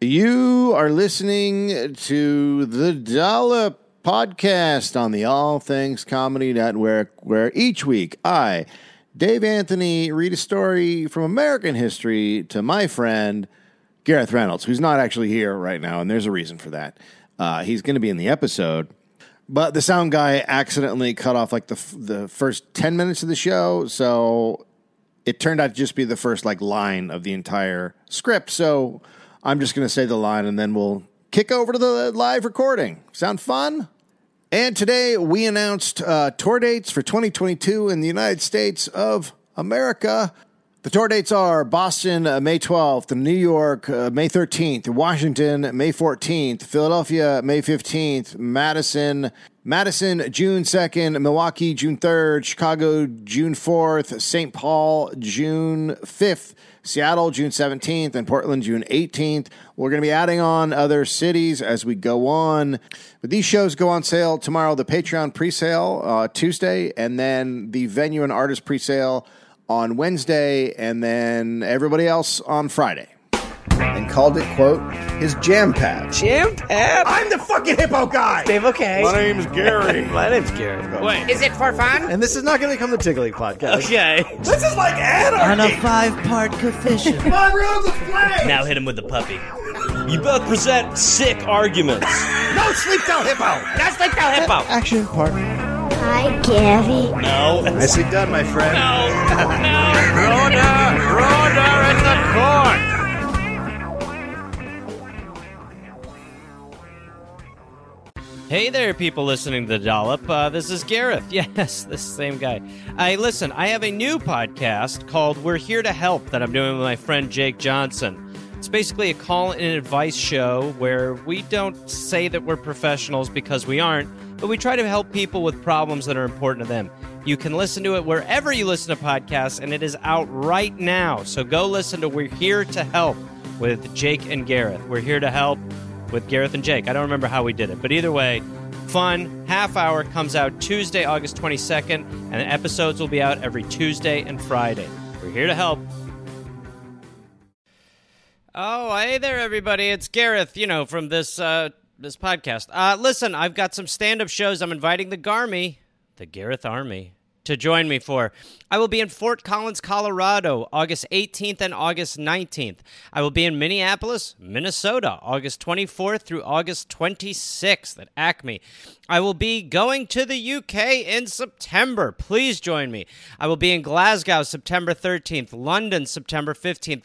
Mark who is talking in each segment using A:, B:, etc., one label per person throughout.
A: You are listening to the Dollop podcast on the All Things Comedy Network, where each week I, Dave Anthony, read a story from American history to my friend Gareth Reynolds, who's not actually here right now, and there's a reason for that. Uh, he's going to be in the episode. But the sound guy accidentally cut off like the f- the first ten minutes of the show, so it turned out to just be the first like line of the entire script. So I'm just going to say the line and then we'll kick over to the live recording. Sound fun? And today we announced uh, tour dates for 2022 in the United States of America. The tour dates are Boston, uh, May 12th, New York, uh, May 13th, Washington, May 14th, Philadelphia, May 15th, Madison, Madison, June 2nd, Milwaukee, June 3rd, Chicago, June 4th, St. Paul, June 5th, Seattle, June 17th, and Portland, June 18th. We're going to be adding on other cities as we go on. But these shows go on sale tomorrow, the Patreon pre sale uh, Tuesday, and then the venue and artist pre sale on Wednesday, and then everybody else on Friday. And called it, quote, his jam patch.
B: Jim Pep.
C: I'm the fucking hippo guy.
B: Dave, okay.
D: My name's Gary.
E: My name's Garrett.
F: Wait,
G: Is it for fun?
E: And this is not going to become the Tiggly podcast.
F: okay.
C: This is like
H: on a
C: anarchy.
H: five part coefficient.
C: My room's a play.
F: Now hit him with the puppy. You both present sick arguments.
C: No sleep down hippo.
F: That's like the hippo.
E: Action part.
I: Hi, Gabby.
F: No. No.
E: Nicely done, my friend.
F: No. Hey there, people listening to the Dollop. Uh, this is Gareth. Yes, this same guy. I listen. I have a new podcast called "We're Here to Help" that I'm doing with my friend Jake Johnson. It's basically a call and advice show where we don't say that we're professionals because we aren't, but we try to help people with problems that are important to them. You can listen to it wherever you listen to podcasts, and it is out right now. So go listen to "We're Here to Help" with Jake and Gareth. We're here to help with Gareth and Jake. I don't remember how we did it, but either way, fun half hour comes out Tuesday, August 22nd, and the episodes will be out every Tuesday and Friday. We're here to help. Oh, hey there, everybody! It's Gareth, you know, from this uh, this podcast. Uh, listen, I've got some stand up shows. I'm inviting the Garmy, the Gareth Army, to join me for. I will be in Fort Collins, Colorado, August 18th and August 19th. I will be in Minneapolis, Minnesota, August 24th through August 26th at Acme. I will be going to the UK in September. Please join me. I will be in Glasgow September 13th, London September 15th,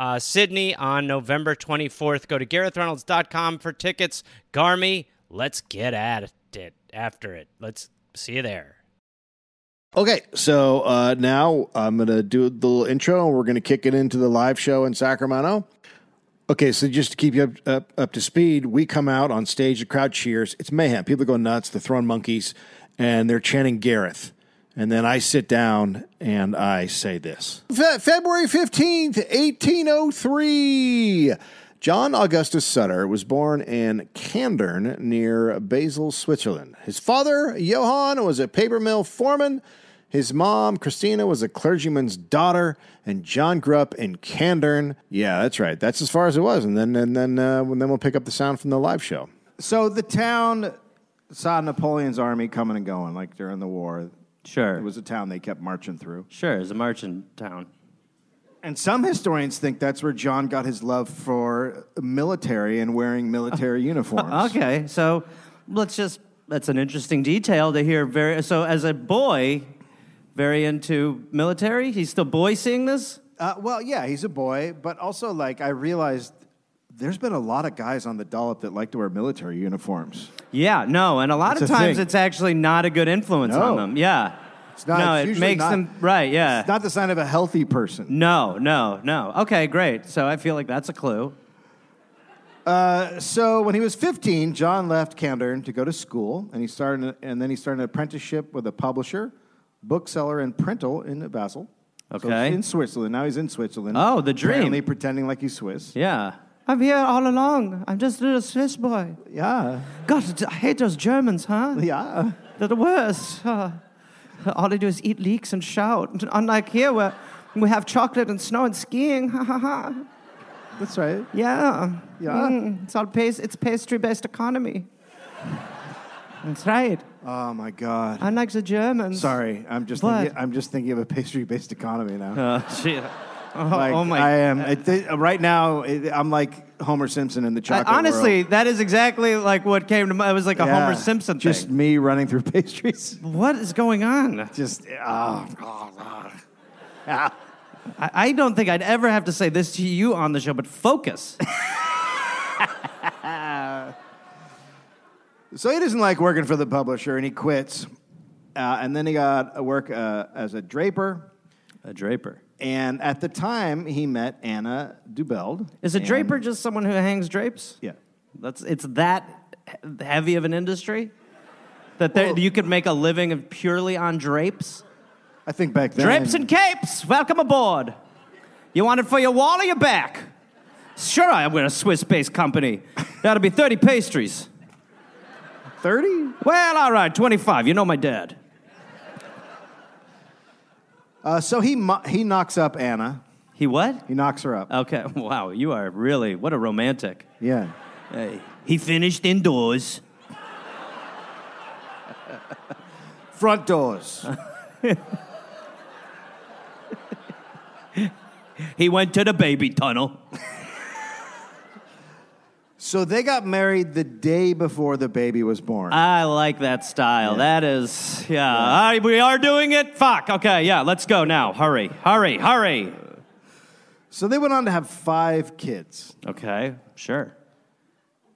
F: uh, Sydney on November 24th. Go to GarethReynolds.com for tickets. Garmy, let's get at it after it. Let's see you there.
A: Okay, so uh, now I'm going to do the little intro and we're going to kick it into the live show in Sacramento. Okay, so just to keep you up, up, up to speed, we come out on stage, the crowd cheers. It's mayhem. People go nuts, they're throwing monkeys, and they're chanting Gareth. And then I sit down and I say this Fe- February 15th, 1803. John Augustus Sutter was born in Kandern near Basel, Switzerland. His father, Johann, was a paper mill foreman. His mom, Christina, was a clergyman's daughter, and John grew up in Candern. Yeah, that's right. That's as far as it was. And then, and then, uh, and then we'll pick up the sound from the live show. So the town saw Napoleon's army coming and going, like during the war.
F: Sure.
A: It was a town they kept marching through.
F: Sure, it's a march in town.
A: And some historians think that's where John got his love for military and wearing military uniforms.
E: Okay, so let's just, that's an interesting detail to hear. Very So, as a boy, very into military, he's still boy seeing this?
A: Uh, well, yeah, he's a boy, but also like I realized there's been a lot of guys on the dollop that like to wear military uniforms.
E: Yeah, no, and a lot
A: It's
E: of
A: a
E: times
A: thing.
E: it's actually not a good influence
A: No.
E: on them. Yeah.
A: It's not-
E: no,
A: it's
E: it
A: usually
E: makes
A: not-
E: them, right, yeah.
A: It's not the sign of a healthy person.
E: no, no, no. Okay, great. So I feel like that's a clue.
A: Uh, so when he was 15, John left Camden to go to school, and he started, and then he started an apprenticeship with a publisher, bookseller, and printer in Basel. So
E: Okay.
A: in Switzerland. Now he's in Switzerland.
E: Oh, the dream.
A: Apparently pretending like he's Swiss.
E: Yeah. I'm here all along. I'm just a little Swiss boy.
A: Yeah.
E: God, I hate those Germans, huh?
A: Yeah.
E: They're the worst. Uh, all they do is eat leeks and shout. Unlike here, where we have chocolate and snow and skiing. Ha ha ha.
A: That's right.
E: Yeah. Mm,
A: Yeah.
E: it's all pas- it's pastry-based economy. That's right.
A: Oh my God.
E: Unlike the Germans.
A: Sorry, I'm just
E: What?
A: thinking, I'm just thinking of a pastry-based economy now.
E: Uh, gee. Oh,
A: Like,
E: oh my.
A: I am I thi- right now. it- I'm like Homer Simpson in the
E: I-
A: chocolate.
E: honestly,
A: world.
E: that is exactly like what came to mind. It was like a
A: Yeah.
E: Homer Simpson thing.
A: Just me running through pastries.
E: what is going on? I,
A: Just ah, ah, ah. Ah.
E: I don't think I'd ever have to say this to you on the show, but focus.
A: So he doesn't like working for the publisher, and he quits. Uh, and then he got a work uh, as a draper.
E: a draper.
A: And at the time, he met Anna Dubeld.
E: Is a
A: And-
E: draper just someone who hangs drapes?
A: Yeah.
E: That's it's that he- heavy of an industry that there,
A: Well-
E: you could make a living of purely on drapes.
A: I think back then.
E: Drapes and capes, welcome aboard. You want it for your wall or your back? Sure, I'm with a Swiss-based company. That'll be 30 pastries.
A: 30?
E: Well, all right, 25. You know my dad.
A: Uh, so he, mo- he knocks up Anna.
E: He what?
A: He knocks her up.
E: Okay, wow, you are really, what a romantic.
A: yeah.
E: Hey. He finished indoors.
A: Front doors.
E: He went to the baby tunnel.
A: so they got married the day before the baby was born.
E: I like that style. That is, yeah. I, we are doing it. Fuck. Okay, yeah, let's go now. Hurry, hurry, hurry.
A: so they went on to have five kids.
E: Okay, sure.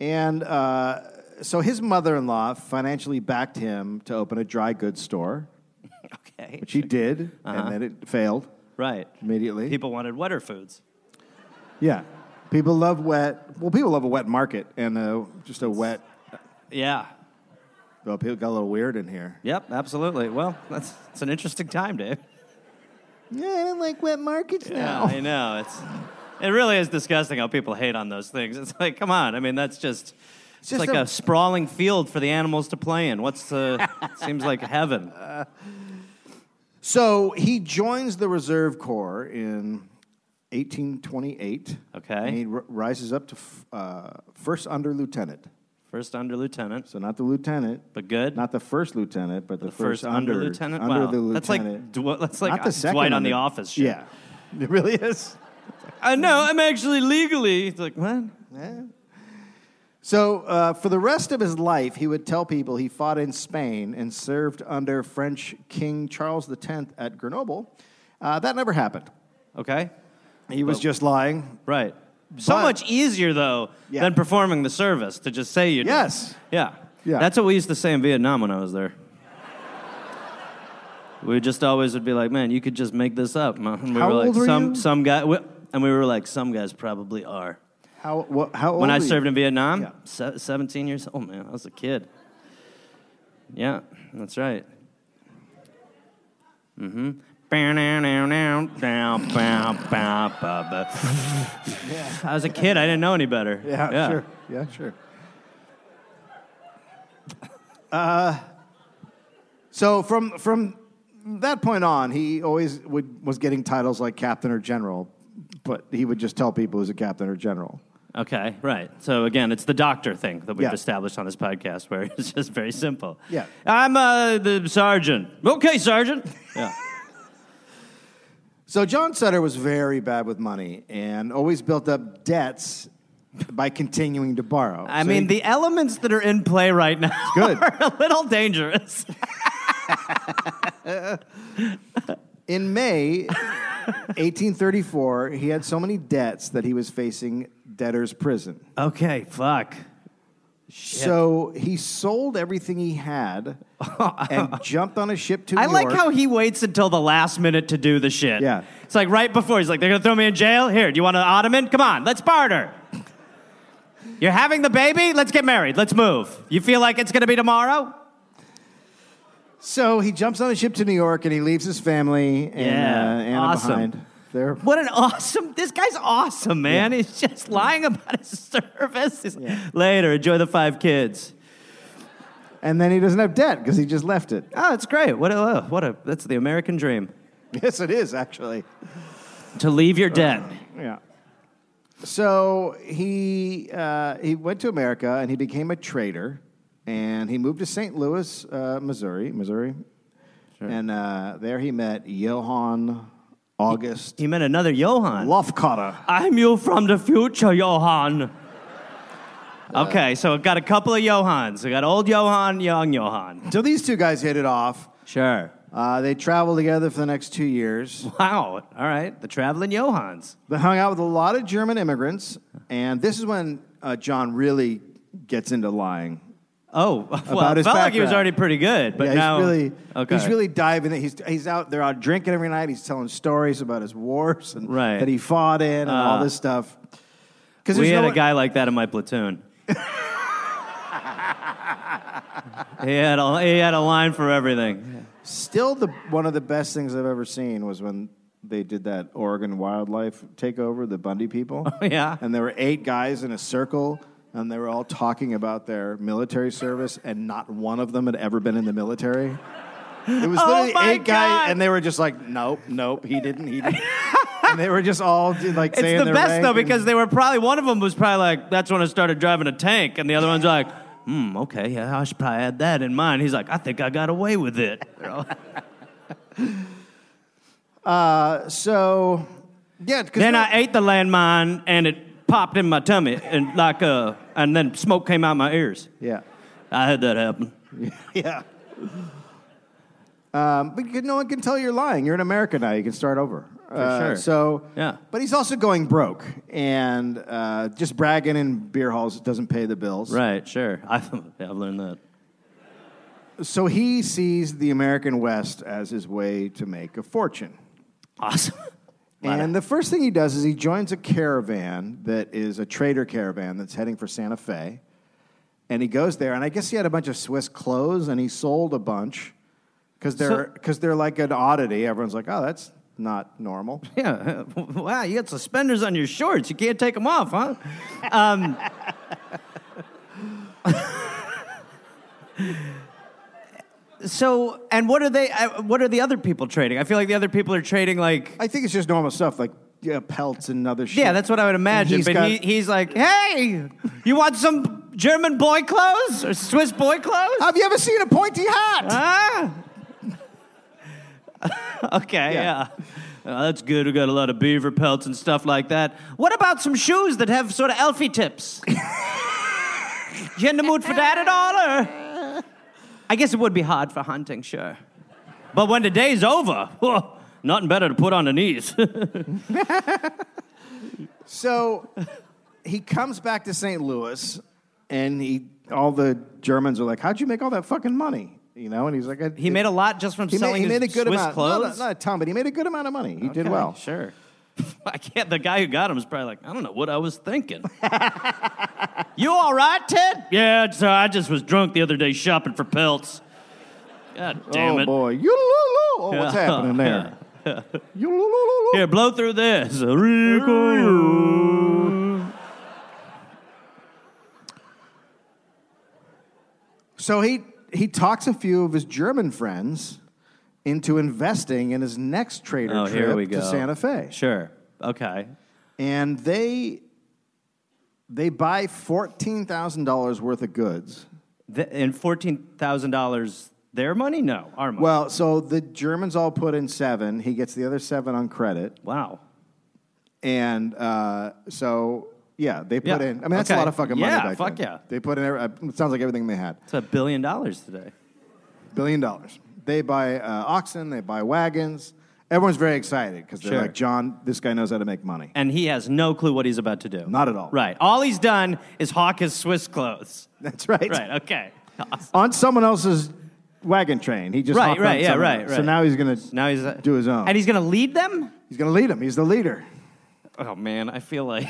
A: And uh, so his mother in law financially backed him to open a dry goods store,
E: Okay.
A: which he did,
E: Uh-huh.
A: and then it failed
E: Right.
A: immediately.
E: People wanted wetter foods.
A: yeah. People love wet. Well, people love a wet market and uh, just a wet.
E: Yeah.
A: Well, people got a little weird in here.
E: Yep, absolutely. Well, that's it's an interesting time, Dave.
A: Yeah, I don't like wet markets now.
E: I know. It's it really is disgusting how people hate on those things. It's like, come on. I mean, that's just it's
A: just
E: like
A: a-
E: a, sprawling field for the animals to play in. What's the seems like heaven.
A: So he joins the Reserve Corps in 1828.
E: Okay.
A: And he r- rises up to f- uh, first under lieutenant.
E: First under lieutenant,
A: So not the lieutenant,
E: but good.
A: not the first lieutenant, but the,
E: the first, under lieutenant.
A: Under
E: wow.
A: the lieutenant.
E: That's like Dw- that's like
A: not the second
E: Dwight on
A: under-
E: the Office. Shit.
A: Yeah. It really is.
E: I know. I'm actually legally. It's like what?
A: So uh, for the rest of his life, he would tell people he fought in Spain and served under French King Charles X at Grenoble. Uh, that never happened.
E: Okay.
A: He was just lying.
E: Right. So
A: But-
E: much easier though
A: Yeah.
E: than performing the service to just say you did.
A: Yes.
E: Yeah.
A: Yeah.
E: That's what we used to say in Vietnam when I was there. we just always would be like, "Man, you could just make this up." man." And we
A: How
E: were like,
A: old were
E: "Some
A: you?"
E: some guy," we- and we were like, "Some guys probably are."
A: How, wha- how old
E: When I
A: were you?
E: served in Vietnam,
A: Yeah.
E: se- 17 years old, man, I was a kid. Yeah, that's right. Mm-hmm. I was a kid. I didn't know any better.
A: Yeah, sure. Yeah, sure. Uh, Uh, so from from that point on, he always would was getting titles like captain or general, but he would just tell people he was a captain or general.
E: Okay, right. So again, it's the doctor thing that we've
A: Yeah.
E: established on this podcast, where it's just very simple.
A: Yeah.
E: I'm uh, the sergeant. Okay, sergeant. Yeah.
A: So John Sutter was very bad with money and always built up debts by continuing to borrow.
E: I
A: So
E: mean,
A: he-
E: the elements that are in play right now
A: good.
E: are a little dangerous.
A: in May 1834, he had so many debts that he was facing debtor's prison.
E: Okay, fuck.
A: So he sold everything he had and jumped on a ship to
E: I
A: New
E: like
A: York.
E: how he waits until the last minute to do the shit.
A: Yeah.
E: It's like right before he's like, they're gonna throw me in jail. Here, do you want an ottoman? Come on, let's barter. You're having the baby? Let's get married. Let's move. You feel like it's going to be tomorrow?
A: So he jumps on a ship to New York and he leaves his family and
E: Yeah,
A: uh, Anna
E: awesome.
A: behind. They're
E: What an awesome! This guy's awesome, man. He's just lying about his service. He's- Later, enjoy the five kids.
A: And then he doesn't have debt because he just left it.
E: Oh, that's great. What a what a that's the American dream
A: Yes, it is actually.
E: to leave your debt.
A: Yeah. So he uh, he went to America and he became a trader, and he moved to St. Louis, uh, Missouri, Missouri, and uh, there he met Johann August
E: He met another Johan.
A: Lofcotta.
E: I'm you from the future, Johan. Okay, so I've got a couple of Johans. I got old Johan, young Johan.
A: So these two guys hit it off.
E: Sure.
A: Uh, they traveled together for the next two years.
E: Wow. All right, the traveling Johans.
A: They hung out with a lot of German immigrants, and this is when uh, John really gets into lying.
E: Oh, well,
A: About
E: it
A: his
E: felt like he was
A: background.
E: already pretty good, but
A: yeah,
E: now
A: he's really
E: okay.
A: he's really diving. in. He's he's out there out drinking every night. He's telling stories about his wars and
E: Right.
A: that he fought in and all
E: Uh,
A: this stuff. Because
E: We had a guy like that in my platoon. he had a he had a line for everything.
A: Still, the one of the best things I've ever seen was when they did that Oregon wildlife takeover, the Bundy people.
E: Oh, yeah.
A: and there were eight guys in a circle. And they were all talking about their military service, and not one of them had ever been in the military. It was
E: Oh
A: literally
E: my
A: eight guys,
E: God.
A: and they were just like, "Nope, nope, he didn't, he didn't." and they were just all like
E: It's
A: saying
E: the
A: their
E: best
A: rank
E: though
A: and-
E: because they were probably one of them was probably like, "That's when I started driving a tank," and the other one's like, "Hmm, okay, yeah, I should probably add that in mind." He's like, "I think I got away with it."
A: So, yeah. 'cause
E: then
A: no-
E: I ate the landmine and it popped in my tummy and like uh, and then smoke came out my ears.
A: Yeah.
E: I had that happen.
A: Yeah. Um, but you- no one can tell you're lying. You're in America now. You can start over. For
E: sure.
A: So,
E: Yeah.
A: But he's also going broke and uh, just bragging in beer halls doesn't pay the bills.
E: Right, sure. I've, I've learned that.
A: So he sees the American West as his way to make a fortune.
E: Awesome.
A: And the first thing he does is he joins a caravan that is a trader caravan that's heading for Santa Fe. And he goes there, and I guess he had a bunch of Swiss clothes, and he sold a bunch because they're,
E: So-
A: 'cause they're like an oddity. Everyone's like, oh, that's not normal.
E: Yeah. Wow, you got suspenders on your shorts. You can't take them off, huh? Um, so, and what are they? uh, What are the other people trading? I feel like the other people are trading like.
A: I think it's just normal stuff like yeah, pelts and other shit.
E: Yeah, that's what I would imagine.
A: He's
E: but
A: got-
E: he, he's like, "Hey, you want some German boy clothes or Swiss boy clothes?"
A: Have you ever seen a pointy hat?
E: Ah.
A: Yeah.
E: okay, yeah. Uh, that's good. We got a lot of beaver pelts and stuff like that. What about some shoes that have sort of elfie tips? you in the mood for that at all? Or? I guess it would be hard for hunting, sure. But when the day's over, whoa, nothing better to put on the knees.
A: So he comes back to St. Louis, and he, all the Germans are like, how'd you make all that fucking money? You know, and he's like, I-
E: he made a lot just from
A: He made,
E: selling
A: he
E: his
A: made a good
E: Swiss
A: amount,
E: clothes.
A: Not, not a ton, but he made a good amount of money. He did
E: Okay,
A: well.
E: Sure. I can't. The guy who got him is probably like, I don't know what I was thinking. you all right, Ted? Yeah, so I just was drunk the other day shopping for pelts. God damn
A: oh
E: it!
A: boy, you oh, what's
E: Yeah.
A: happening there? Yulululu.
E: Here, blow through this. Rico.
A: So he he talks a few of his German friends into investing in his next trader
E: Oh,
A: trip
E: here we
A: to
E: go.
A: Santa Fe,
E: Sure. Okay.
A: and they they buy fourteen thousand dollars worth of goods.
E: Th- and fourteen thousand dollars. Their money? No, our money.
A: Well, so the Germans all put in seven. He gets the other seven on credit.
E: wow.
A: And uh, so, yeah, they put
E: Yeah.
A: in. I mean, that's a
E: Okay.
A: lot of fucking money.
E: Yeah,
A: back
E: fuck
A: then.
E: yeah.
A: They put in. every- uh, It sounds like everything they had.
E: It's a billion dollars today.
A: Billion dollars. They buy uh, oxen. They buy wagons. Everyone's very excited because they're
E: Sure.
A: like, John, this guy knows how to make money.
E: And he has no clue what he's about to do.
A: Not at all.
E: Right. All he's done is hawk his Swiss clothes.
A: That's right.
E: Right. Okay.
A: On someone else's wagon train, he just
E: Right,
A: hopped on
E: right, yeah,
A: someone
E: right,
A: else. So
E: right.
A: now he's gonna
E: Now he's uh,
A: Do his own.
E: and he's gonna lead them.
A: he's gonna lead him. He's the leader.
E: Oh man, I feel like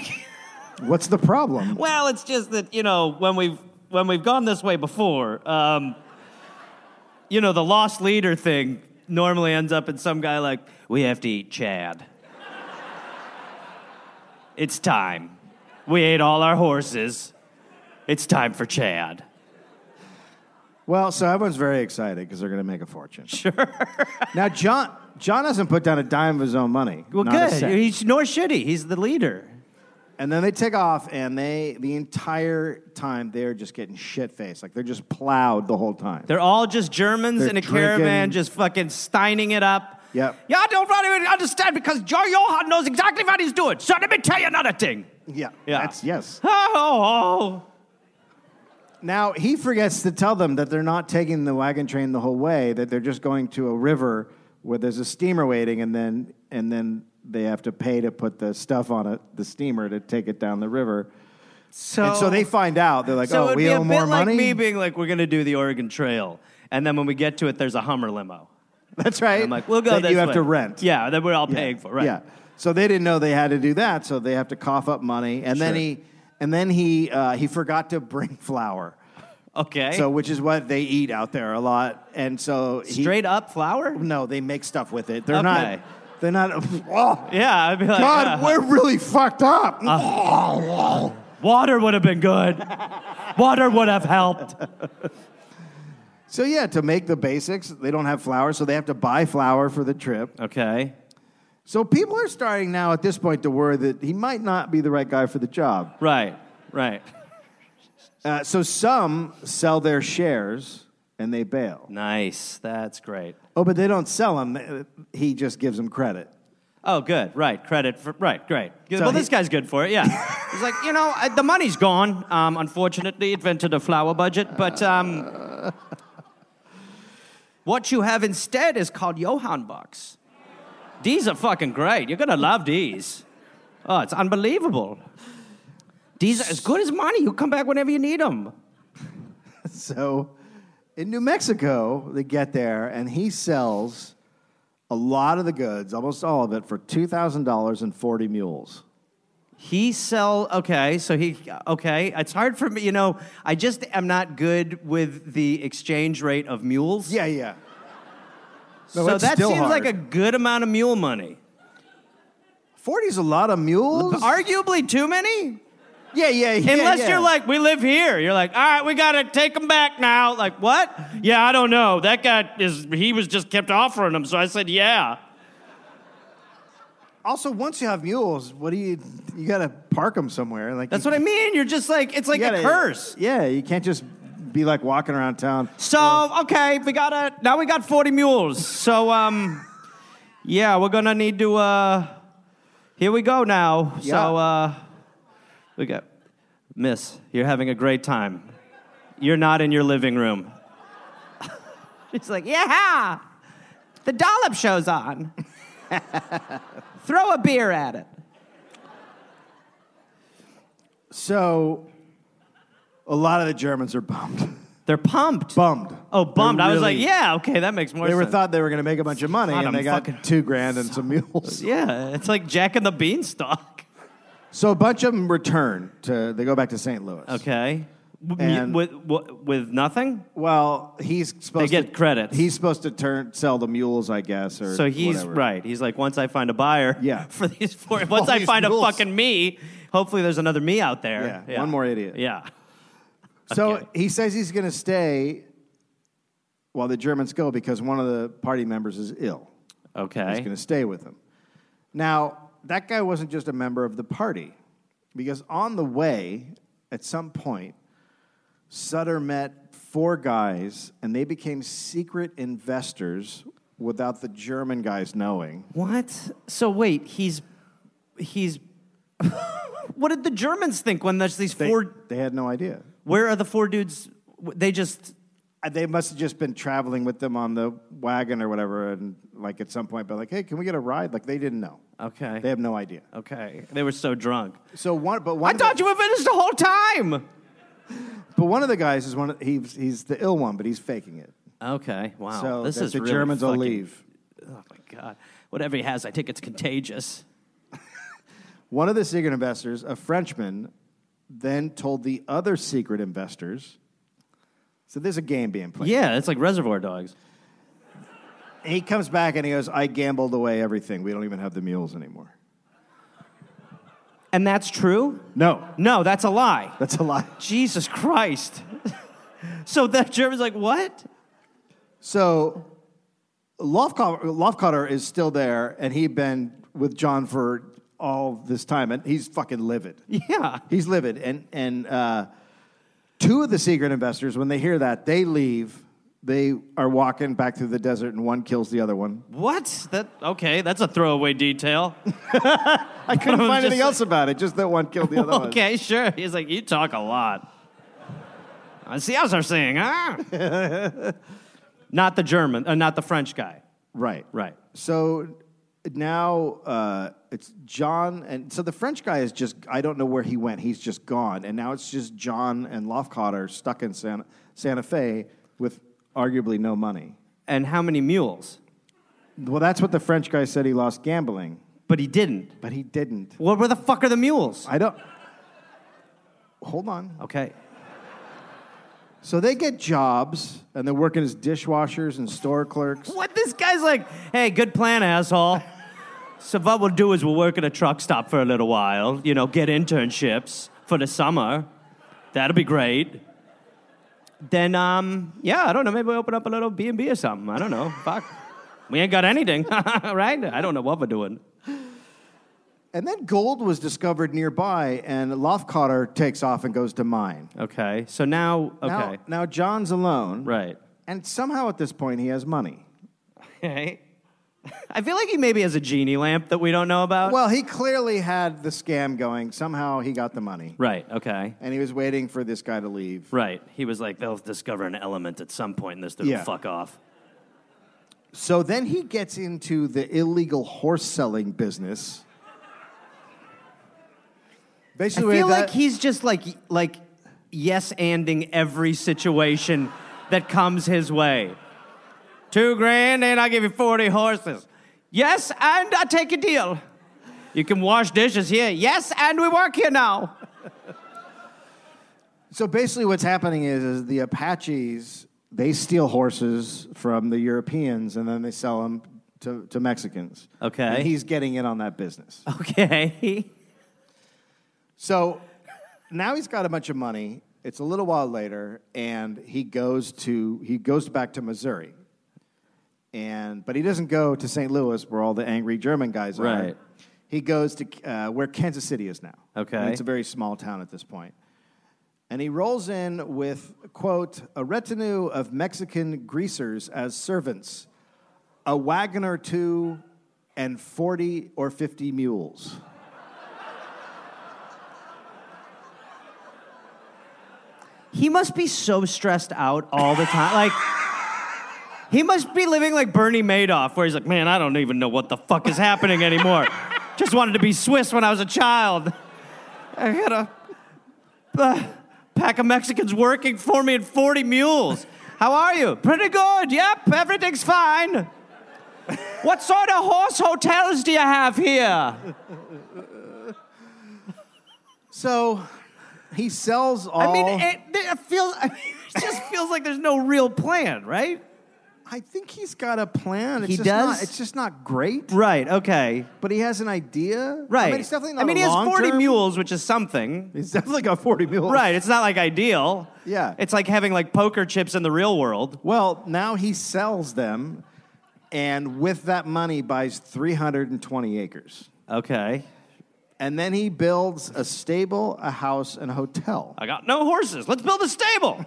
A: What's the problem?
E: Well, it's just that you know when we've when we've gone this way before, um, you know the lost leader thing normally ends up in some guy like we have to eat Chad. it's time. We ate all our horses. It's time for Chad.
A: Well, so everyone's very excited because they're going to make a fortune. Sure. now, John John hasn't put down a dime of his own money.
E: Well,
A: not a
E: good.
A: cent.
E: He's, nor should he. He's the leader.
A: And then they take off, and they the entire time they're just getting shit faced. Like they're just plowed the whole time.
E: They're all just Germans
A: They're
E: in a
A: drinking.
E: caravan, just fucking steining it up.
A: Yep.
E: Y'all don't really understand because Joe Johan knows exactly what he's doing. So let me tell you another thing.
A: yeah,
E: Yeah.
A: That's, yes.
E: Oh, oh,
A: Now he forgets to tell them that they're not taking the wagon train the whole way. That they're just going to a river where there's a steamer waiting, and then and then they have to pay to put the stuff on it, the steamer to take it down the river.
E: so
A: and so they find out. They're like,
E: so
A: "Oh,
E: it'd
A: we
E: be
A: owe
E: a
A: more
E: bit
A: money."
E: like me being like, we're gonna do the Oregon Trail, and then when we get to it, there's a Hummer limo.
A: That's right.
E: I'm like, we'll go
A: That
E: this
A: you have
E: way.
A: to rent.
E: Yeah, that we're all
A: Yeah.
E: paying for, right?
A: Yeah. So they didn't know they had to do that, so they have to cough up money, and then
E: Sure.
A: he, and then he, uh, he forgot to bring flour.
E: Okay.
A: So which is what they eat out there a lot, and so he-
E: straight up flour?
A: No, they make stuff with it. They're
E: Okay.
A: not. They're not. Oh,
E: Yeah, I'd be like,
A: God,
E: yeah.
A: we're really fucked up.
E: Uh, water would have been good. water would have helped.
A: so yeah, to make the basics, they don't have flour, so they have to buy flour for the trip.
E: Okay.
A: So people are starting now at this point to worry that he might not be the right guy for the job.
E: Right. Right.
A: Uh, so some sell their shares and they bail.
E: Nice. That's great.
A: Oh, but they don't sell them. He just gives them credit.
E: Oh, good. Right. Credit for. Right. Great.
A: So
E: well,
A: he-
E: this guy's good for it. Yeah. He's like, you know, I, the money's gone. Um, unfortunately, it went to the flower budget. But um, what you have instead is called Johann bucks. These are fucking great. You're gonna love these. Oh, it's unbelievable. These are as good as money. You come back whenever you need them.
A: So in New Mexico, they get there and he sells a lot of the goods, almost all of it, for $2,000 and 40 mules.
E: He sell okay, so he okay. It's hard for me, you know. I just am not good with the exchange rate of mules.
A: Yeah, yeah. No,
E: so
A: it's
E: that
A: still
E: seems
A: hard.
E: like a good amount of mule money.
A: 40 is a lot of mules?
E: Arguably too many,
A: yeah, yeah, yeah.
E: unless
A: yeah.
E: you're like, we live here. You're like, all right, we gotta take them back now. Like what? Yeah, I don't know. That guy is. He was just kept offering them, so I said, yeah.
A: Also, once you have mules, what do you. You gotta park them somewhere. Like
E: That's
A: you
E: what I mean. You're just like it's like
A: You
E: a
A: gotta-
E: curse.
A: Yeah, you can't just be like walking around town.
E: So okay, we got a now we got forty mules. So um, yeah, we're gonna need to. uh Here we go now. So
A: Yeah.
E: uh, we got Miss. You're having a great time. You're not in your living room. She's like, yeah, the dollop show's on. Throw a beer at it.
A: So a lot of the Germans are bummed.
E: They're pumped.
A: bummed.
E: Oh, bummed.
A: They're
E: I was like,
A: really-
E: yeah, okay, that makes more
A: They
E: sense.
A: were thought they were going to make a bunch of money,
E: Son,
A: and
E: I'm
A: they got
E: fucking-
A: two grand and some mules.
E: yeah, it's like Jack and the Beanstalk.
A: So a bunch of them return to. They go back to St. Louis.
E: Okay. W-
A: And-
E: with, with with nothing,
A: Well, he's supposed
E: They
A: to
E: get credits.
A: He's supposed to turn sell the mules, I guess. Or
E: so he's
A: whatever.
E: right. He's like, once I find a buyer,
A: Yeah.
E: for these four. Once I
A: these
E: find
A: rules.
E: a fucking me, hopefully there's another me out there.
A: Yeah, one more idiot.
E: Yeah,
A: So
E: Okay.
A: he says he's going to stay while the Germans go because one of the party members is ill. He's
E: okay.
A: going to stay with him. Now, that guy wasn't just a member of the party, because on the way, at some point, Sutter met four guys, and they became secret investors without the German guys knowing.
E: What? So wait, he's he's. what did the Germans think when there's these
A: They,
E: four?
A: they had no idea.
E: Where are the four dudes? They just
A: Uh, They must have just been traveling with them on the wagon or whatever, and like at some point, be like, "Hey, can we get a ride?" Like they didn't know.
E: okay.
A: They have no idea.
E: okay, they were so drunk.
A: So one, but one.
E: I thought you were finished the whole time.
A: But one of the guys is one. Of, he's he's the ill one, but he's faking it.
E: Okay. Wow.
A: so
E: Oh, this
A: that
E: is
A: the
E: really
A: Germans will
E: fucking-
A: leave.
E: Oh my god. Whatever he has, I think it's contagious.
A: One of the secret investors, a Frenchman, then told the other secret investors. So there's a game being played.
E: Yeah, it's like Reservoir Dogs.
A: And he comes back and he goes, I gambled away everything. We don't even have the mules anymore.
E: And that's true?
A: No,
E: No, that's a lie.
A: that's a lie.
E: Jesus Christ. so that German's like, what?
A: So Lofcotter, Lofcotter is still there, and he'd been with John for all this time, and he's fucking livid.
E: Yeah.
A: He's livid. And, and uh, two of the secret investors, when they hear that, they leave. They are walking back through the desert, and one kills the other one.
E: What? That okay, that's a throwaway detail.
A: I couldn't
E: I'm
A: find
E: just-
A: anything else about it, just that one killed the other one.
E: okay, sure. He's like, you talk a lot. I see us are saying, "Ah." huh? not the German, uh, not the French guy.
A: Right.
E: Right.
A: So now uh, it's John, and so the French guy is just, I don't know where he went. He's just gone. And now it's just John and Lofcotter stuck in Santa, Santa Fe with arguably no money.
E: And how many mules?
A: Well, that's what the French guy said he lost gambling,
E: But he didn't.
A: but he didn't.
E: Well, where the fuck are the mules?
A: I don't. Hold on.
E: Okay.
A: So they get jobs, and they're working as dishwashers and store clerks.
E: What this guy's like, hey, good plan, asshole. So what we'll do is we'll work at a truck stop for a little while, you know, get internships for the summer. That'll be great. Then um, yeah, I don't know, maybe we open up a little B and B or something. I don't know. Fuck. We ain't got anything, right? I don't know what we're doing.
A: And then gold was discovered nearby, and Lofcotter takes off and goes to mine.
E: Okay. So now okay.
A: Now, now John's alone.
E: Right.
A: And somehow at this point he has money.
E: Okay. I feel like he maybe has a genie lamp that we don't know about.
A: Well, he clearly had the scam going. Somehow he got the money.
E: right, okay.
A: And he was waiting for this guy to leave.
E: Right. He was like, they'll discover an element at some point in this that'll
A: Yeah.
E: fuck off.
A: So then he gets into the illegal horse selling business.
E: I
A: Basically,
E: feel
A: that-
E: like he's just like like yes anding every situation that comes his way. Two grand and I give you forty horses. Yes, and I take a deal. You can wash dishes here. Yes, and we work here now.
A: So basically, what's happening is, is the Apaches they steal horses from the Europeans and then they sell them to, to Mexicans.
E: Okay.
A: And he's getting in on that business.
E: Okay.
A: So now he's got a bunch of money. It's a little while later, and he goes to he goes back to Missouri, and but he doesn't go to St. Louis where all the angry German guys are.
E: Right.
A: He goes to uh, where Kansas City is now.
E: Okay.
A: And it's a very small town at this point. And he rolls in with quote a retinue of Mexican greasers as servants, a wagon or two, and forty or fifty mules.
E: He must be so stressed out all the time. Like he must be living like Bernie Madoff, where he's like, man, I don't even know what the fuck is happening anymore. Just wanted to be Swiss when I was a child. I had a uh, pack of Mexicans working for me and 40 mules. How are you? Pretty good. Yep, everything's fine. What sort of horse hotels do you have here?
A: So he sells all.
E: I mean, it, it feels. I mean, it just feels like there's no real plan, right?
A: I think he's got a plan. It's
E: He
A: just
E: does?
A: Not, it's just not great,
E: Right. Okay.
A: but he has an idea.
E: Right.
A: I mean, it's definitely not.
E: I mean,
A: a
E: he has
A: long
E: 40
A: term-
E: mules, which is something.
A: He's definitely got forty mules.
E: Right. It's not like ideal.
A: Yeah.
E: It's like having like poker chips in the real world.
A: Well, now he sells them, and with that money buys three hundred and twenty acres,
E: Okay.
A: and then he builds a stable, a house, and a hotel,
E: I got no horses. Let's build a stable.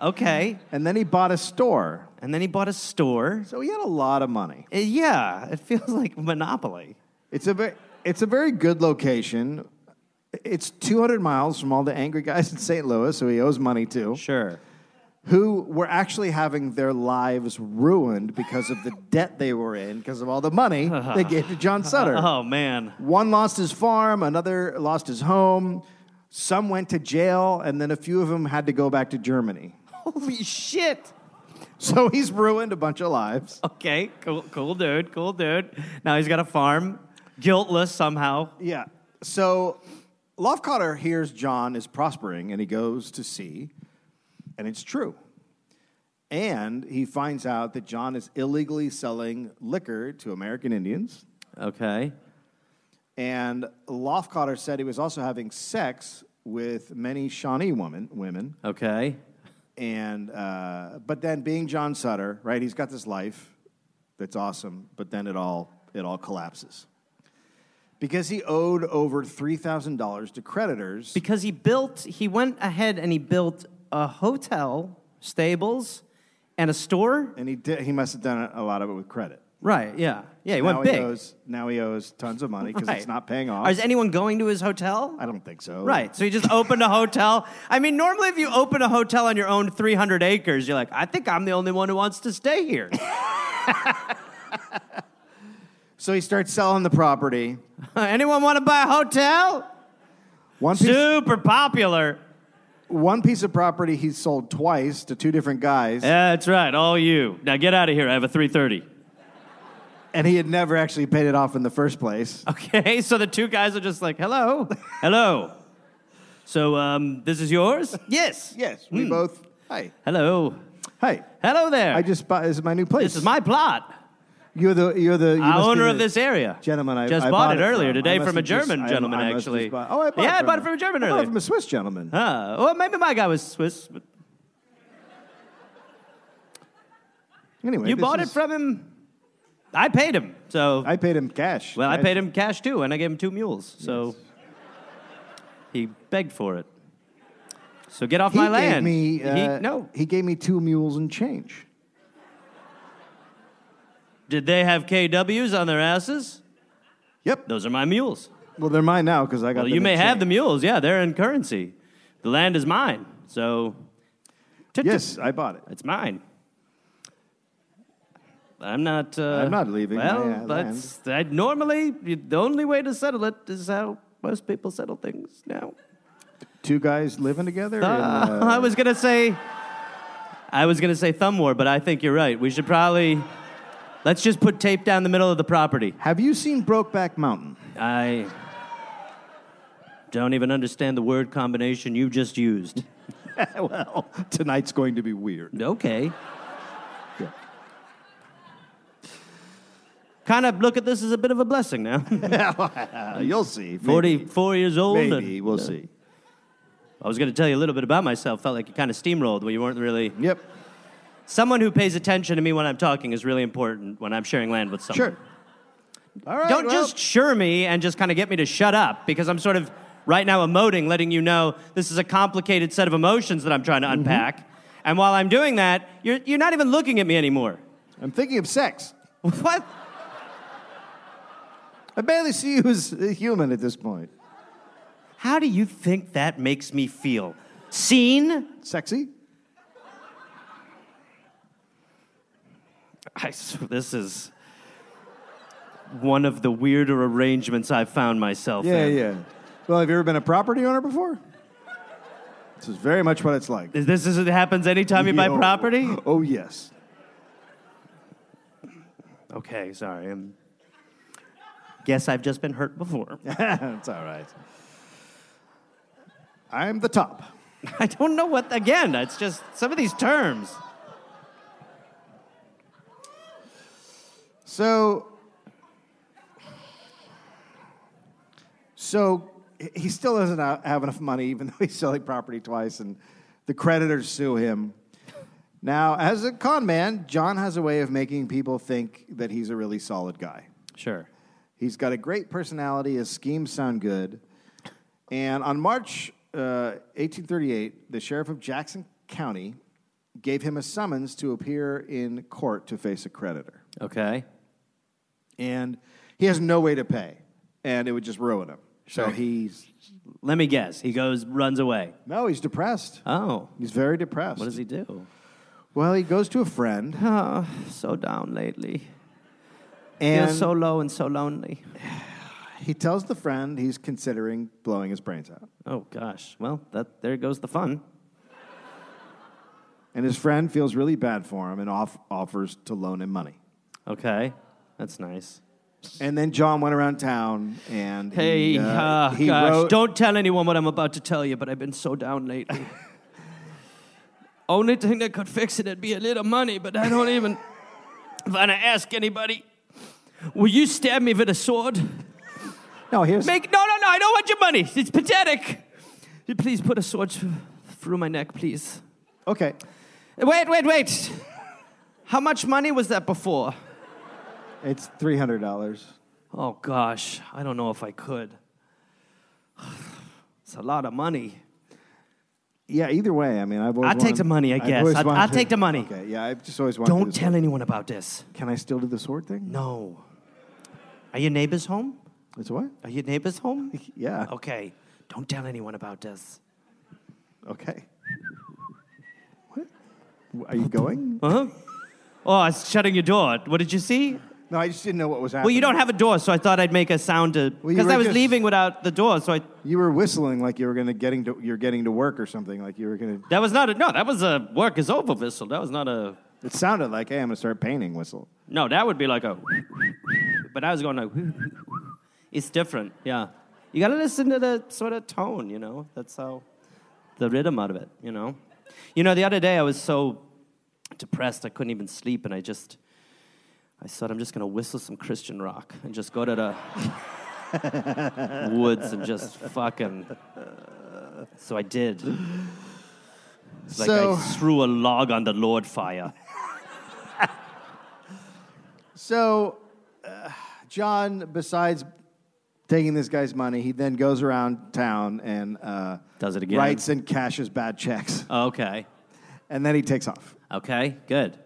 E: okay.
A: and then he bought a store.
E: And then he bought a store.
A: So he had a lot of money.
E: Uh, yeah. It feels like Monopoly.
A: It's a very, it's a very good location. It's 200 miles from all the angry guys in St. Louis, who he owes money to.
E: Sure.
A: who were actually having their lives ruined because of the debt they were in, because of all the money they gave to John Sutter.
E: Oh, man.
A: One lost his farm, another lost his home, some went to jail, and then a few of them had to go back to Germany.
E: Holy shit.
A: So he's ruined a bunch of lives.
E: Okay. Cool, cool dude. Cool dude. Now he's got a farm. Guiltless somehow.
A: Yeah. So Lofcotter hears John is prospering and he goes to see, and it's true. And he finds out that John is illegally selling liquor to American Indians.
E: Okay.
A: And Lofcotter said he was also having sex with many Shawnee woman, women.
E: Okay.
A: And uh, but then being John Sutter, right? He's got this life that's awesome, but then it all it all collapses because he owed over three thousand dollars to creditors.
E: Because he built, he went ahead and he built a hotel, stables, and a store.
A: and he did, he must have done a lot of it with credit.
E: Right. Yeah. Yeah. He
A: now
E: went big.
A: He owes, now he owes tons of money because
E: Right.
A: it's not paying off.
E: Is anyone going to his hotel?
A: I don't think so.
E: Right. So he just opened a hotel. I mean, normally if you open a hotel on your own 300 acres, you're like, I think I'm the only one who wants to stay here.
A: So he starts selling the property.
E: Anyone want to buy a hotel?
A: One piece,
E: Super popular.
A: one piece of property he sold twice to two different guys,
E: Yeah, that's right. All you. Now get out of here. I have a 330.
A: and he had never actually paid it off in the first place.
E: Okay. So the two guys are just like, hello. hello. So um, this is yours? yes.
A: Yes, we
E: Hmm.
A: both. Hey,
E: Hello.
A: hey!
E: Hello there.
A: I just bought. This is my new place.
E: this is my plot.
A: You're the. You're the. You
E: Uh,
A: must be
E: owner
A: the
E: of this area.
A: Gentleman, I
E: just
A: I
E: bought, it, earlier
A: from. I
E: today
A: must
E: from a
A: have just-
E: German
A: I-
E: gentleman,
A: I must have
E: actually.
A: just bought- oh, I bought
E: yeah,
A: it
E: I
A: from Oh,
E: bought it from a German
A: I bought
E: earlier.
A: it from a Swiss gentleman.
E: Huh. Well, maybe my guy was Swiss. But
A: Anyway,
E: you
A: this
E: bought
A: is-
E: it from him. I paid him. So
A: I paid him cash.
E: well, I
A: Cash.
E: paid him cash too, and I gave him two mules. So he begged for it. So get off
A: He
E: my
A: gave
E: land.
A: me uh,
E: he, no.
A: He gave me two mules and change.
E: Did they have KWs on their asses?
A: Yep.
E: Those are my mules.
A: Well, they're mine now because I got.
E: Well,
A: them
E: you
A: in
E: may have
A: change.
E: the mules. Yeah, they're in currency. The land is mine. So
A: Yes, I bought it.
E: It's mine. I'm not. Uh,
A: I'm not leaving
E: Well,
A: my, uh,
E: that's I, normally you- the only way to settle it is how most people settle things now.
A: Two guys living together.
E: Uh,
A: and, uh,
E: I was gonna say, I was gonna say thumb war, but I think you're right. We should probably let's just put tape down the middle of the property.
A: have you seen Brokeback Mountain?
E: I don't even understand the word combination you just used.
A: well, tonight's going to be weird.
E: Okay.
A: Yeah.
E: Kind of look at this as a bit of a blessing now.
A: Uh, you'll see. Maybe.
E: 44 years old. and-
A: Maybe we'll see.
E: I was going to tell you a little bit about myself. Felt like you kind of steamrolled, but you weren't really.
A: Yep.
E: Someone who pays attention to me when I'm talking is really important when I'm sharing land with someone.
A: Sure. All right.
E: Don't
A: well,
E: just sure me and just kind of get me to shut up because I'm sort of right now emoting, letting you know this is a complicated set of emotions that I'm trying
A: Mm-hmm.
E: to unpack. And while I'm doing that, you're, you're not even looking at me anymore.
A: I'm thinking of sex.
E: What?
A: I barely see you as a human at this point.
E: How do you think that makes me feel? Seen?
A: Sexy?
E: I s this is one of the weirder arrangements I've found myself
A: Yeah,
E: in.
A: yeah. Well, have you ever been a property owner before? This is very much what it's like.
E: Is This is it happens anytime you buy
A: Yo.
E: property?
A: Oh yes.
E: Okay, sorry. i guess I've just been hurt before.
A: That's all right. I'm the top.
E: I don't know what, again, it's just some of these terms.
A: So, so h- he still doesn't ha- have enough money, even though he's selling property twice, and the creditors sue him. Now, as a con man, John has a way of making people think that he's a really solid guy.
E: Sure.
A: He's got a great personality. His schemes sound good. And on March uh, 1838, the sheriff of Jackson County gave him a summons to appear in court to face a creditor.
E: Okay.
A: And he has no way to pay, and it would just ruin him. So he's
E: Let me guess. He goes, runs away.
A: no, he's depressed.
E: Oh.
A: He's very depressed.
E: What does he do?
A: Well, he goes to a friend,
E: Oh, so down lately.
A: and
E: Feel so low and so lonely.
A: he tells the friend he's considering blowing his brains out.
E: Oh gosh. Well, that there goes the fun.
A: And his friend feels really bad for him and off- offers to loan him money.
E: Okay. That's nice.
A: And then John went around town and
E: Hey,
A: he, uh,
E: ah,
A: he
E: gosh,
A: wrote,
E: don't tell anyone what I'm about to tell you, but I've been so down lately. Only thing that could fix it'd be a little money, but I don't even want to ask anybody. Will you stab me with a sword?
A: No, here's
E: Make no, no, no! I don't want your money. It's pathetic. Please put a sword th- through my neck, please.
A: okay.
E: Wait, wait, wait. How much money was that before?
A: It's three hundred dollars.
E: Oh gosh, I don't know if I could. It's a lot of money.
A: Yeah, either way, I mean, I've always
E: I'll take
A: wanted-
E: the money, I
A: I've
E: guess.
A: always
E: I'll- I'll
A: wanted to-
E: take the money.
A: Okay, yeah, I've just always wanted. to do
E: Don't
A: the
E: tell
A: sword.
E: anyone about this.
A: Can I still do the sword thing?
E: No. Are your neighbors home?
A: It's what?
E: Are your neighbors home?
A: Yeah.
E: Okay. Don't tell anyone about this.
A: Okay. what? Are you going?
E: Huh? Oh, it's shutting your door. What did you see?
A: No, I just didn't know what was happening.
E: Well, you don't have a door, so I thought I'd make a sound to.
A: Well, you
E: Because
A: were
E: I was
A: just-
E: leaving without the door, so I.
A: You were whistling like you were gonna getting to you're getting to work or something. Like you were gonna.
E: That was not a. No, that was a work is over whistle. That was not a.
A: It sounded like, hey, I'm gonna start painting. Whistle.
E: No, that would be like a. But I was going like. It's different, yeah. You got to listen to the sort of tone, you know. That's how the rhythm out of it, you know. You know, the other day I was so depressed I couldn't even sleep, and I just, I thought I'm just gonna whistle some Christian rock and just go to the woods and just fucking. So I did. It's like
A: So-
E: I threw a log on the Lord fire.
A: So, uh, John, besides taking this guy's money, he then goes around town and uh,
E: Does it again.
A: writes and cashes bad checks,
E: Okay.
A: and then he takes off.
E: Okay, good.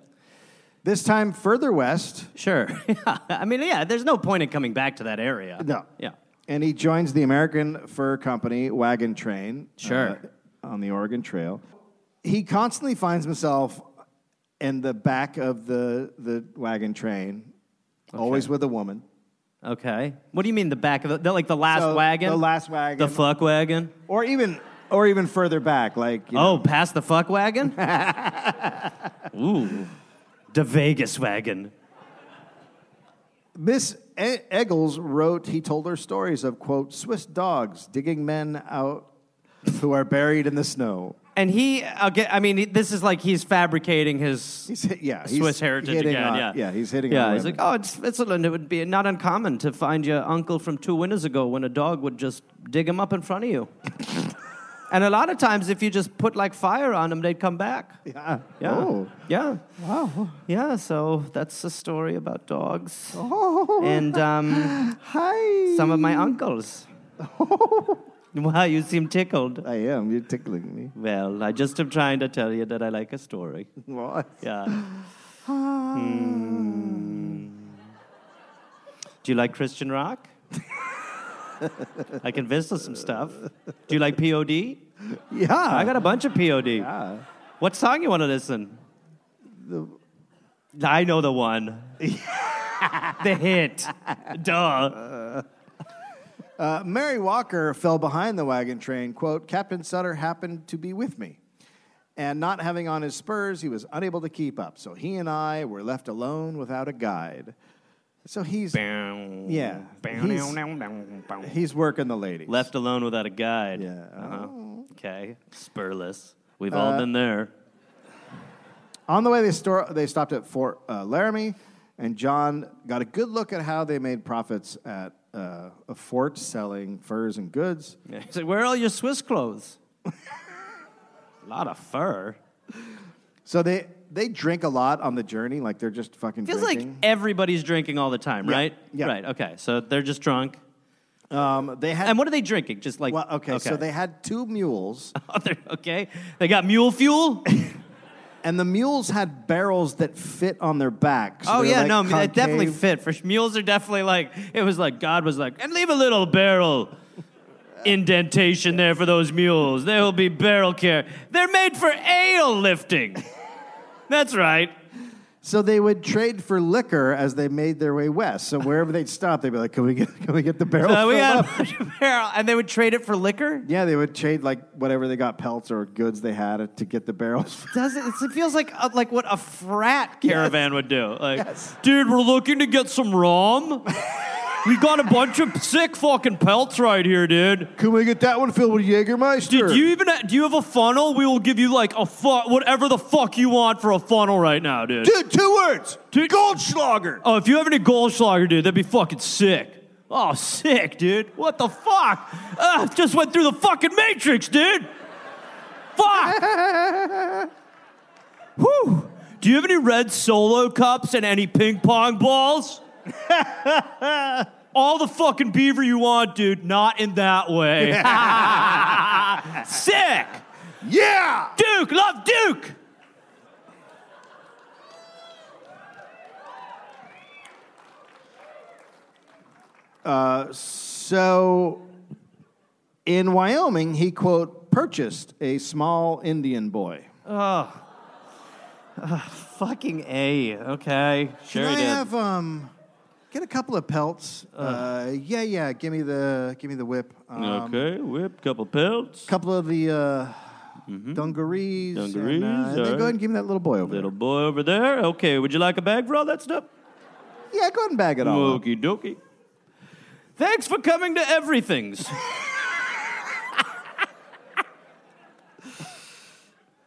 A: This time further west,
E: Sure. I mean, yeah, there's no point in coming back to that area.
A: No.
E: Yeah.
A: and he joins the American Fur Company wagon train.
E: Sure.
A: uh, on the Oregon Trail, he constantly finds himself in the back of the the wagon train, always with a woman.
E: Okay. What do you mean the back of the, the- like the last
A: So,
E: wagon?
A: the last wagon.
E: The fuck wagon?
A: or even or even further back, like you know,
E: Oh, past the fuck wagon? Ooh. The Vegas wagon.
A: Miss E- Eggles wrote, he told her stories of, quote, Swiss dogs digging men out who are buried in the snow.
E: And he, I'll get, I mean, he- this is like he's fabricating his
A: He's hit, yeah. He's
E: Swiss heritage
A: hitting
E: again.
A: on-
E: yeah.
A: he's hitting
E: Yeah,
A: on
E: he's like,
A: women.
E: oh, in Switzerland, it would be not uncommon to find your uncle from two winters ago when a dog would just dig him up in front of you. and a lot of times, if you just put like fire on them, they'd come back.
A: yeah.
E: Yeah.
A: Oh.
E: Yeah.
A: Wow.
E: Yeah. So that's the story about dogs
A: Oh.
E: and um,
A: Hi.
E: some of my uncles. wow, you seem tickled.
A: I am. You're tickling me.
E: Well, I just am trying to tell you that I like a story.
A: What?
E: Yeah. Hmm. Do you like Christian rock? I can whistle some stuff. Do you like POD?
A: Yeah.
E: I got a bunch of POD. What song you want to listen? I know the one. the hit. Duh.
A: Uh, Mary Walker fell behind the wagon train. Quote, Captain Sutter happened to be with me. And not having on his spurs, he was unable to keep up. So he and I were left alone without a guide. So he's Yeah. He's, he's working the ladies.
E: Left alone without a guide.
A: Yeah. Uh,
E: Uh-huh. Okay. Spurless. We've all been there.
A: On the way, they, store, they stopped at Fort uh, Laramie, and John got a good look at how they made profits at uh, a fort selling furs and goods.
E: He's like, where are all your Swiss clothes? a lot of fur.
A: So they, they drink a lot on the journey, like they're just fucking
E: Feels
A: drinking.
E: like everybody's drinking all the time,
A: Yeah,
E: right?
A: yeah.
E: Right. Okay. So they're just drunk.
A: um, they had
E: And what are they drinking? Just like
A: well, okay, so they had two mules,
E: Other- okay. They got mule fuel.
A: and the mules had barrels that fit on their backs.
E: oh yeah, no, I mean,
A: no,
E: it definitely fit. For mules are definitely like it was like God was like, and leave a little barrel indentation there for those mules. There will be barrel care. They're made for ale lifting. That's right.
A: So they would trade for liquor as they made their way west. So wherever they'd stop, they'd be like, "Can we get, can we get the barrel?"
E: Uh, we
A: filled
E: got
A: up?"
E: a barrel, and they would trade it for liquor.
A: Yeah, they would trade like whatever they got pelts or goods they had to get the barrels.
E: Does it? It feels like uh, like what a frat caravan would do. Like, dude, we're looking to get some rum. We got a bunch of sick fucking pelts right here, dude.
A: Can we get that one filled with Jägermeister?
E: Did you even do you have a funnel? We will give you like a fu- whatever the fuck you want for a funnel right now, dude.
A: Dude, two words.
E: Dude.
A: Goldschlager.
E: Oh, if you have any Goldschlager, dude, that'd be fucking sick. Oh, sick, dude. What the fuck? Ah, just went through the fucking matrix, dude. Fuck. Whew. Do you have any red solo cups and any ping pong balls? All the fucking beaver you want, dude. Not in that way. sick.
A: Yeah.
E: Duke, love Duke.
A: So in Wyoming, he, quote, purchased a small Indian boy.
E: Fucking A. Okay. Sure
A: Can
E: you
A: I
E: did.
A: have um, get a couple of pelts? Uh, yeah, yeah. Give me the give me the whip. Um,
E: okay, whip, couple pelts.
A: couple of the uh, dungarees. and, uh,
E: Mm-hmm. Dungarees,
A: and then go
E: alright.
A: ahead and give me that little boy over
E: Little boy over there. Okay, would you like a bag for all that stuff?
A: there. Yeah, go ahead and bag it all. up.
E: Okie dokie. Thanks for coming to Everything's.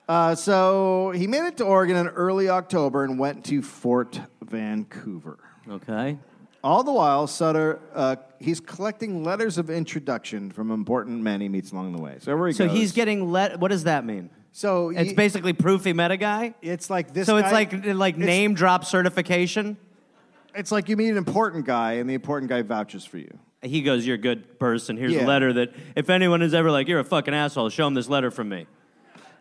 A: Uh, so he made it to Oregon in early October and went to Fort Vancouver.
E: okay.
A: All the while, Sutter uh, he's collecting letters of introduction from important men he meets along the way. So where he
E: So
A: goes.
E: he's getting let. What does that mean?
A: so
E: It's
A: he-
E: basically proof he met a guy.
A: It's like this.
E: So it's
A: guy-
E: like like
A: it's-
E: name drop certification.
A: It's like you meet an important guy, and the important guy vouches for you.
E: He goes, "You're a good person. Here's
A: Yeah.
E: a letter that if anyone is ever like, you're a fucking asshole, show him this letter from me."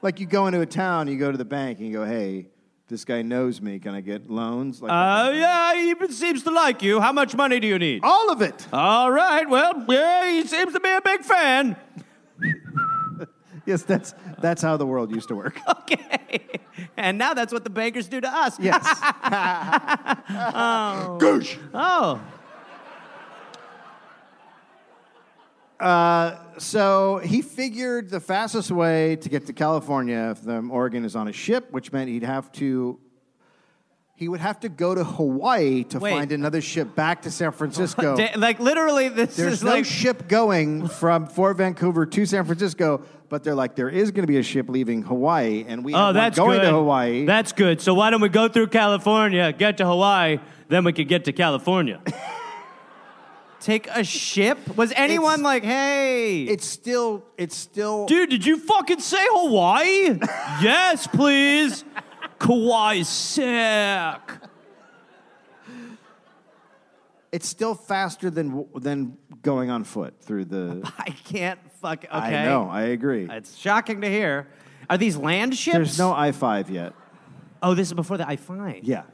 A: Like you go into a town, you go to the bank, and you go, "Hey, this guy knows me. Can I get loans?" Like
E: Uh, yeah, he seems to like you. How much money do you need?
A: all of it.
E: All right. Well, yeah, he seems to be a big fan.
A: Yes, that's that's how the world used to work.
E: Okay. And now that's what the bankers do to us.
A: yes.
E: Oh.
A: So he figured the fastest way to get to California from Oregon is on a ship, which meant he'd have to. He would have to go to Hawaii to
E: Wait.
A: find another ship back to San Francisco.
E: Da- like literally this
A: Oh. There's
E: is
A: no
E: like
A: ship going from Fort Vancouver to San Francisco, but they're like, there is going to be a ship leaving Hawaii, and we have
E: Oh,
A: one
E: that's
A: going
E: good.
A: to Hawaii.
E: That's good. So why don't we go through California, get to Hawaii, then we could get to California. Take a ship? Was anyone
A: It's-
E: like, "Hey,
A: it's still, it's still.
E: dude, did you fucking say Hawaii?" yes, please. Kauai's sick.
A: It's still faster than than going on foot through the.
E: I can't fuck. Okay.
A: I know. I agree.
E: It's shocking to hear. Are these land ships?
A: There's no I five yet.
E: Oh, this is before the I find.
A: Yeah.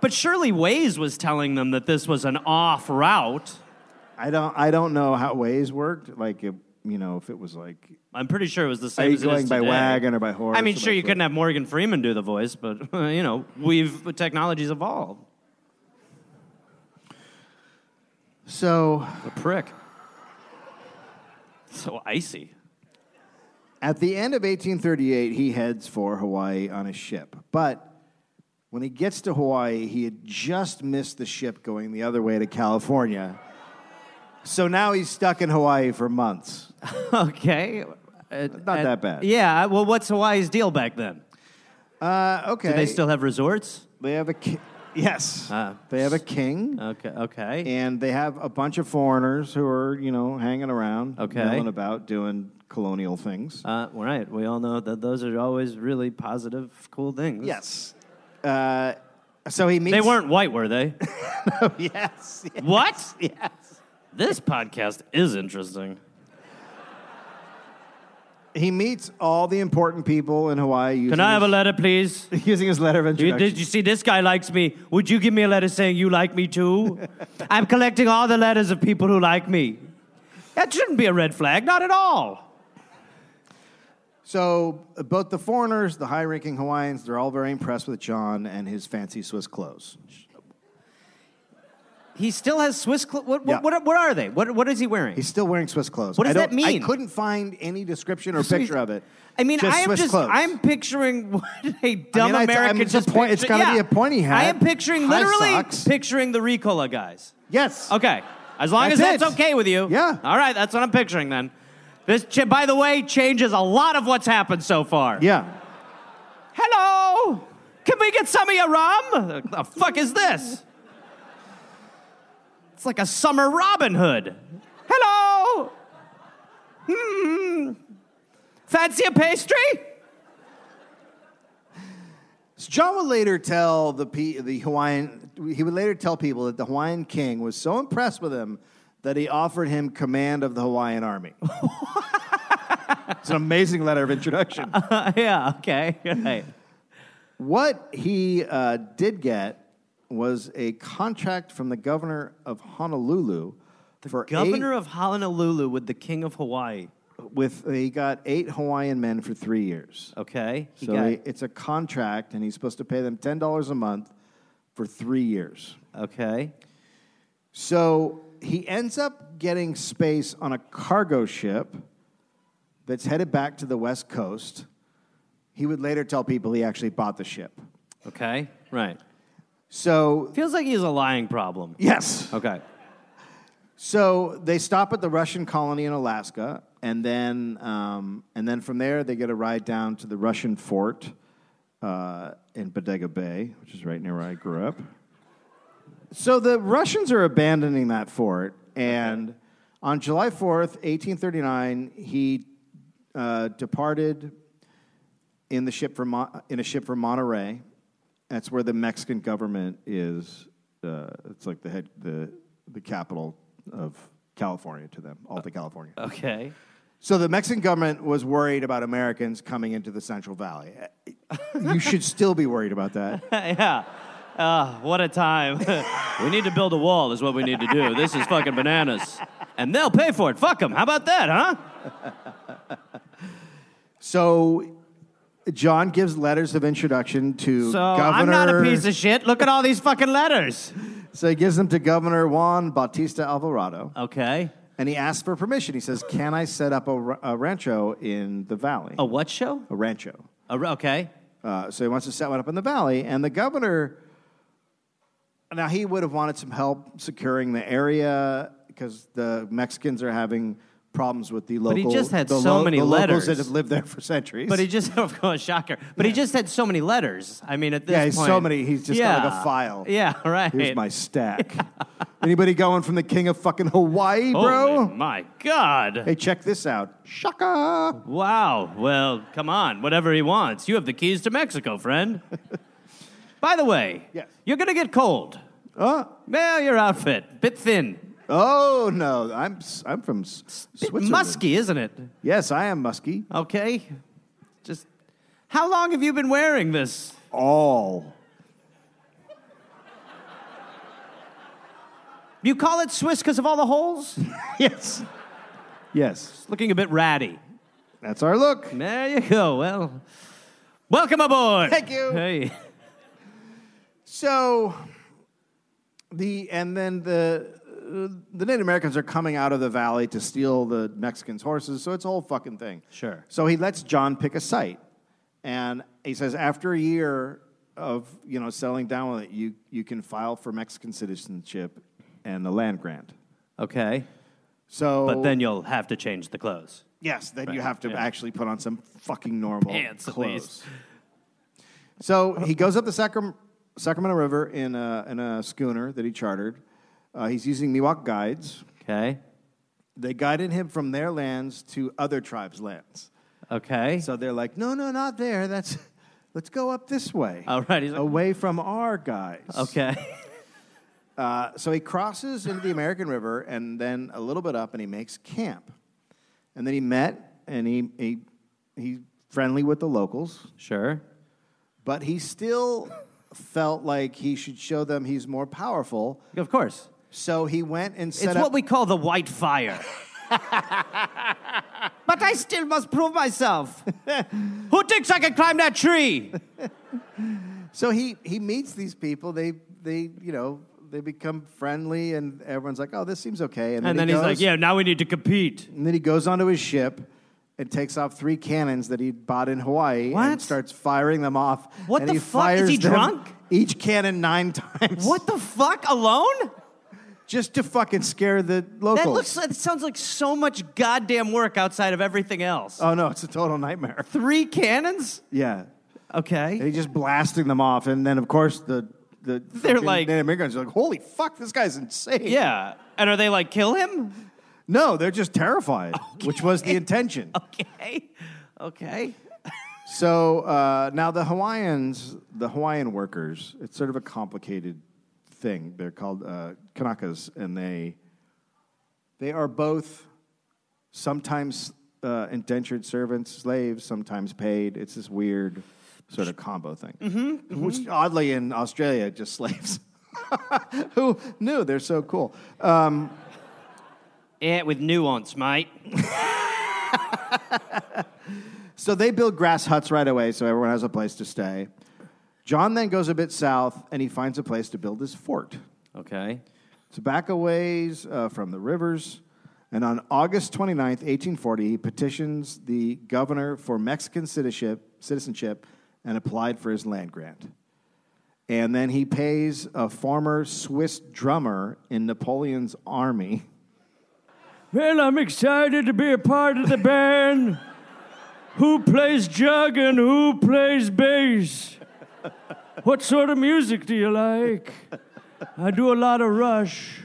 E: But surely Waze was telling them that this was an off route.
A: I don't. I don't know how Waze worked. Like, if- you know, if it was like,
E: I'm pretty sure it was the
A: are
E: same.
A: you
E: as it
A: going
E: is
A: by
E: today.
A: wagon or by horse?
E: I mean,
A: or
E: sure,
A: by
E: you
A: foot?
E: couldn't have Morgan Freeman do the voice, but you know, we've technology's evolved.
A: So,
E: A prick. So icy.
A: At the end of 1838, he heads for Hawaii on a ship. But when he gets to Hawaii, he had just missed the ship going the other way to California. So now he's stuck in Hawaii for months.
E: Okay.
A: Not that bad.
E: Yeah. uh, Well, what's Hawaii's deal back then?
A: Uh, okay.
E: Do they still have resorts?
A: They have a ki- yes.
E: Ah.
A: They have a king,
E: Okay. Okay.
A: and they have a bunch of foreigners who are you know hanging around,
E: Okay.
A: milling about doing colonial things.
E: Uh, right. We all know that those are always really positive, cool things.
A: yes. Uh, so he meets.
E: They weren't white, were they?
A: yes.
E: what? Yes. This podcast is interesting.
A: He meets all the important people in Hawaii. Using
E: Can I have a
A: his,
E: letter, please?
A: using his letter of
E: You,
A: introduction?
E: did you see this guy likes me? Would you give me a letter saying you like me too? I'm collecting all the letters of people who like me. That shouldn't be a red flag, not at all.
A: so uh, both the foreigners, the high-ranking Hawaiians, they're all very impressed with John and his fancy Swiss clothes.
E: He still has Swiss. Cl- what,
A: Yeah.
E: what, what, what are they? What, what is he wearing?
A: He's still wearing Swiss clothes.
E: What does
A: I don't-
E: that mean?
A: I couldn't find any description or
E: So he's-
A: picture of it.
E: I mean,
A: Just
E: I am
A: Swiss
E: just.
A: clothes.
E: I'm picturing what a dumb
A: I- I-
E: American
A: it's a
E: just.
A: point- it's
E: picture-
A: gotta
E: yeah.
A: be a pointy hat,
E: I am picturing
A: high
E: literally
A: socks.
E: picturing the Ricola guys.
A: yes.
E: Okay, as long
A: That's
E: as that's
A: it.
E: okay with you.
A: Yeah.
E: All right, that's what I'm picturing then. This, ch- by the way, changes a lot of what's happened so far.
A: Yeah.
E: Hello. Can we get some of your rum? The fuck is this? It's like a summer Robin Hood. Hello. Hmm. Fancy a pastry?
A: So John would later tell the P, the Hawaiian he would later tell people that the Hawaiian king was so impressed with him that he offered him command of the Hawaiian army. it's an amazing letter of introduction.
E: yeah. Okay. Right.
A: What he uh, did get was a contract from the governor of Honolulu for
E: Governor
A: eight,
E: of Honolulu with the King of Hawaii.
A: with he got eight Hawaiian men for three years.
E: Okay. He
A: So
E: got-
A: he- it's a contract, and he's supposed to pay them ten dollars a month for three years.
E: okay.
A: So he ends up getting space on a cargo ship that's headed back to the West Coast. He would later tell people he actually bought the ship.
E: Okay. Right.
A: So,
E: Feels like he has a lying problem.
A: yes.
E: Okay.
A: So they stop at the Russian colony in Alaska, and then, um, and then from there, they get a ride down to the Russian fort uh, in Bodega Bay, which is right near where I grew up. So the Russians are abandoning that fort, and on July 4th, 1839, he uh, departed in, the ship for Mon- in a ship for Monterey. That's where the Mexican government is. Uh, it's like the head, the the capital of California to them, Alta California.
E: Okay.
A: So the Mexican government was worried about Americans coming into the Central Valley. you should still be worried about that.
E: yeah. Uh, what a time. we need to build a wall, is what we need to do. This is fucking bananas. And they'll pay for it. Fuck them. How about that, huh?
A: So John gives letters of introduction to
E: So
A: Governor.
E: I'm not a piece of shit. Look at all these fucking letters.
A: so he gives them to Governor Juan Bautista Alvarado,
E: Okay.
A: and he asks for permission. He says, "Can I set up a, ra- a rancho in the valley?
E: A what show?
A: a rancho."
E: A re- okay.
A: Uh, so he wants to set one up in the valley. And the governor, now he would have wanted some help securing the area because the Mexicans are having problems with the local.
E: he just had
A: the
E: so many
A: the
E: letters.
A: locals that had lived there for centuries.
E: But he just, of course, shocker. But he just had so many letters. I mean, at this
A: Yeah, he's
E: point.
A: so many, he's just got like a file.
E: Yeah, right.
A: here's my stack. Anybody going from the king of fucking Hawaii,
E: Holy
A: bro?
E: Oh, my God.
A: Hey, check this out. Shaka.
E: Wow. Well, come on. Whatever he wants. You have the keys to Mexico, friend. By the way,
A: Yes.
E: you're going to get cold.
A: Uh,
E: Well, your outfit, bit thin,
A: oh no, I'm s- I'm from S-
E: bit
A: Switzerland.
E: musky, isn't it?
A: Yes, I am musky.
E: Okay, just how long have you been wearing this?
A: All.
E: You call it Swiss because of all the holes?
A: Yes. Yes.
E: It's looking a bit ratty.
A: That's our look.
E: There you go. Well, welcome aboard.
A: Thank you.
E: Hey,
A: So the and then the uh, the Native Americans are coming out of the valley to steal the Mexicans' horses, so it's a whole fucking thing.
E: Sure.
A: So he lets John pick a site, and he says after a year of you know settling down with it, you you can file for Mexican citizenship and a land grant.
E: Okay,
A: So,
E: but then you'll have to change the clothes.
A: yes, then you have to
E: yeah.
A: actually put on some fucking normal
E: Pants, at
A: clothes.
E: least.
A: So he goes up the Sacram- Sacramento River in a, in a schooner that he chartered. Uh, he's using Miwok guides.
E: Okay.
A: They guided him from their lands to other tribes' lands.
E: Okay.
A: So they're like, no, no, not there. That's let's go up this way.
E: All right, he's like-
A: away from our guys.
E: Oh, okay.
A: Uh, so he crosses into the American River and then a little bit up, and he makes camp. And then he met and he he he's friendly with the locals.
E: sure.
A: but he still felt like he should show them he's more powerful.
E: Of course.
A: So he went and set
E: it's
A: up.
E: what we call the white fire. but I still must prove myself. Who thinks I can climb that tree?
A: so he he meets these people. They they you know they become friendly, and everyone's like, "Oh, this seems okay." And then,
E: And then
A: he
E: he's
A: goes-
E: like, yeah, now we need to compete.
A: And then he goes onto his ship and takes off three cannons that he bought in Hawaii and
E: What?
A: starts firing them off.
E: What
A: and
E: the
A: he
E: fuck? Is
A: fires
E: he
A: them-
E: drunk?
A: Each cannon nine times.
E: What the fuck? Alone?
A: Just to fucking scare the locals.
E: That looks. That sounds like so much goddamn work outside of everything else.
A: oh no, it's a total nightmare.
E: Three cannons?
A: Yeah, and
E: Okay.
A: he's just blasting them off, and then of course the the
E: They're
A: fucking
E: like-
A: Native Americans are like, "Holy fuck, this guy's insane."
E: Yeah. And are they like kill him?
A: No, they're just terrified, which was the intention.
E: Okay. Okay.
A: So uh, now the Hawaiians, the Hawaiian workers, it's sort of a complicated thing. They're called uh, Kanakas, and they they are both sometimes uh, indentured servants, slaves, sometimes paid. It's this weird sort of combo thing, which oddly in Australia just slaves. Who knew they're so cool?
E: Yeah, with nuance, mate.
A: So they build grass huts right away so everyone has a place to stay. John then goes a bit south and he finds a place to build his fort.
E: Okay.
A: It's back a ways uh, from the rivers. And on August 29th, 1840, he petitions the governor for Mexican citizenship, citizenship and applied for his land grant. And then he pays a former Swiss drummer in Napoleon's army.
E: Well, I'm excited to be a part of the band. Who plays jug and who plays bass? What sort of music do you like? I do a lot of Rush.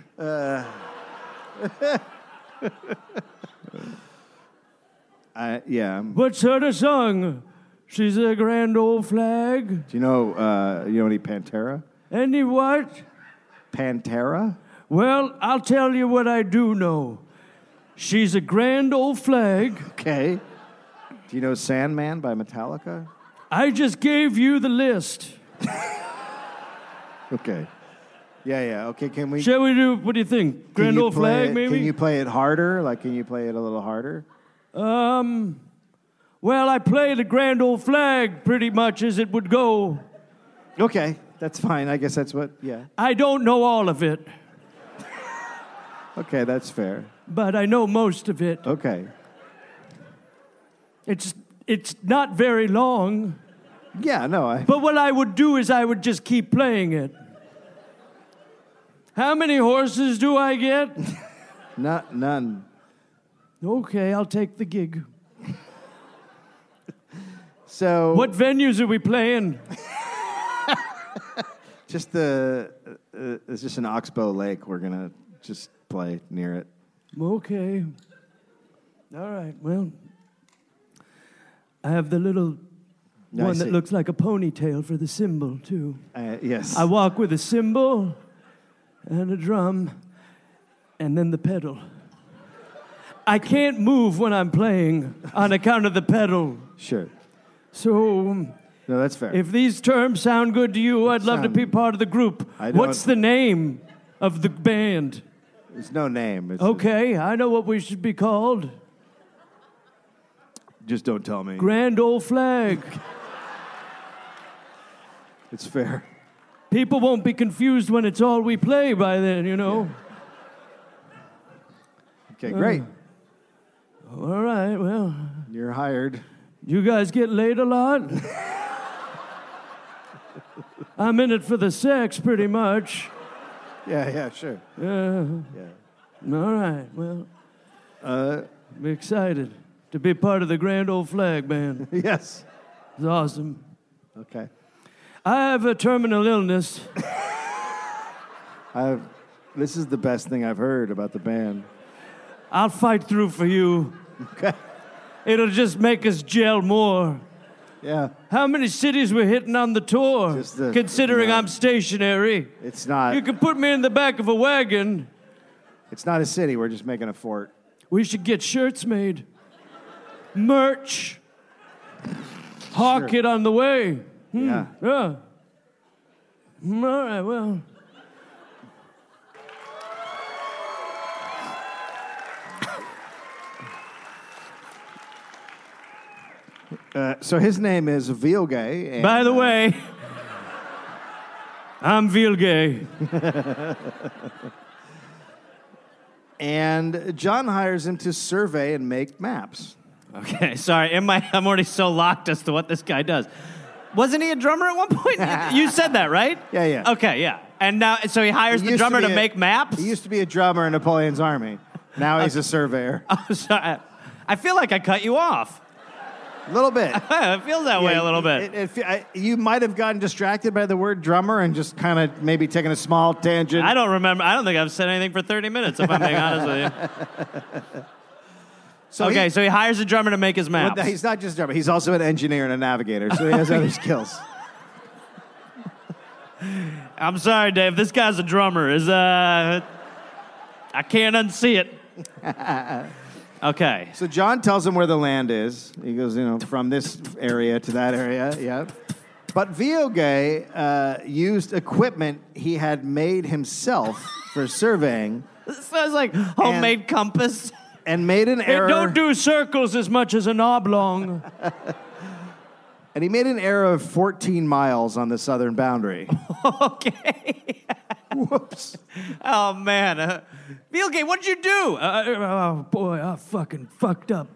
A: Uh, yeah. Do
E: What sort of song? She's a grand old flag.
A: you know, uh, you know any Pantera?
E: Any what?
A: Pantera?
E: Well, I'll tell you what I do know. She's a grand old flag.
A: Okay. Do you know Sandman by Metallica?
E: I just gave you the list.
A: Okay. Yeah, yeah. Okay, can we
E: Shall we do? What do you think?
A: can
E: Grand
A: you
E: old
A: play
E: flag,
A: it-
E: maybe.
A: Can you play it harder? Like can you play it a little harder?
E: Um, well, I play the grand old flag pretty much as it would go.
A: Okay, that's fine. I guess that's what yeah.
E: I don't know all of it,
A: Okay, that's fair.
E: but I know most of it.
A: Okay.
E: It's it's not very long,
A: Yeah, no, I
E: but what I would do is I would just keep playing it. How many horses do I get?
A: not none.
E: Okay, I'll take the gig.
A: So
E: What venues are we playing?
A: just the uh, it's just an oxbow lake we're going to just play near it.
E: Okay. All right. Well, I have the little
A: No, I
E: one
A: see.
E: that looks like a ponytail for the cymbal too.
A: Uh, yes.
E: I walk with a cymbal and a drum and then the pedal. I can't move when I'm playing on account of the pedal.
A: sure.
E: So
A: No, that's fair.
E: if these terms sound good to you, I'd love to
A: Sound-
E: be part of the group.
A: I don't-
E: What's the name of the band?
A: There's no name. It's
E: Okay, I know what we should be called.
A: Just don't tell me.
E: Grand old flag.
A: It's fair.
E: People won't be confused when it's all we play by then, you know?
A: Okay,
E: Uh.
A: great.
E: All right, well,
A: You're hired.
E: you guys get laid a lot? I'm in it for the sex, pretty much.
A: Yeah, yeah, sure.
E: Yeah.
A: Yeah. Uh,
E: All right, well, I'm excited to be part of the grand old flag band.
A: Yes.
E: It's awesome.
A: Okay.
E: I have a terminal illness.
A: I've, this is the best thing I've heard about the band.
E: I'll fight through for you.
A: Okay.
E: It'll just make us gel more.
A: Yeah.
E: How many cities we're hitting on the tour?
A: Just the-
E: considering
A: no.
E: I'm stationary,
A: It's not.
E: you can put me in the back of a wagon.
A: It's not a city. We're just making a fort.
E: We should get shirts made, merch, hawk it on the way.
A: Yeah.
E: Yeah. Mm, All right. Well,
A: Uh, so his name is Vilge. And,
E: by the
A: uh,
E: way, I'm Vilgay.
A: And John hires him to survey and make maps.
E: Okay, sorry. In my, I'm already so locked as to what this guy does. Wasn't he a drummer at one point? you you said that, right?
A: Yeah, yeah.
E: Okay, yeah. And now, so he hires
A: He
E: the
A: used
E: drummer to,
A: be a-
E: make maps.
A: He used to be a drummer in Napoleon's army. Now he's a surveyor.
E: I'm Oh, sorry. I feel like I cut you off.
A: A little bit.
E: I feel that way a little bit.
A: It- it fe- I- you might have gotten distracted by the word drummer and just kind of maybe taken a small tangent.
E: I don't remember. I don't think I've said anything for 30 minutes, if I'm being honest with you.
A: so
E: okay,
A: he-
E: so he hires a drummer to make his
A: but
E: maps.
A: he's not just a drummer. He's also an engineer and a navigator, so he has other skills.
E: I'm sorry, Dave. This guy's a drummer. Is uh, I can't unsee it. okay.
A: So John tells him where the land is. He goes, you know, from this area to that area. Yep. But Vioge uh, used equipment he had made himself for surveying
E: So it's like homemade compass.
A: and made an
E: It
A: error.
E: don't do circles as much as an oblong.
A: and he made an error of 14 miles on the southern boundary.
E: okay.
A: Whoops.
E: Oh man. Uh, Vilgay, what'd you do? Uh, oh boy, I fucking fucked up.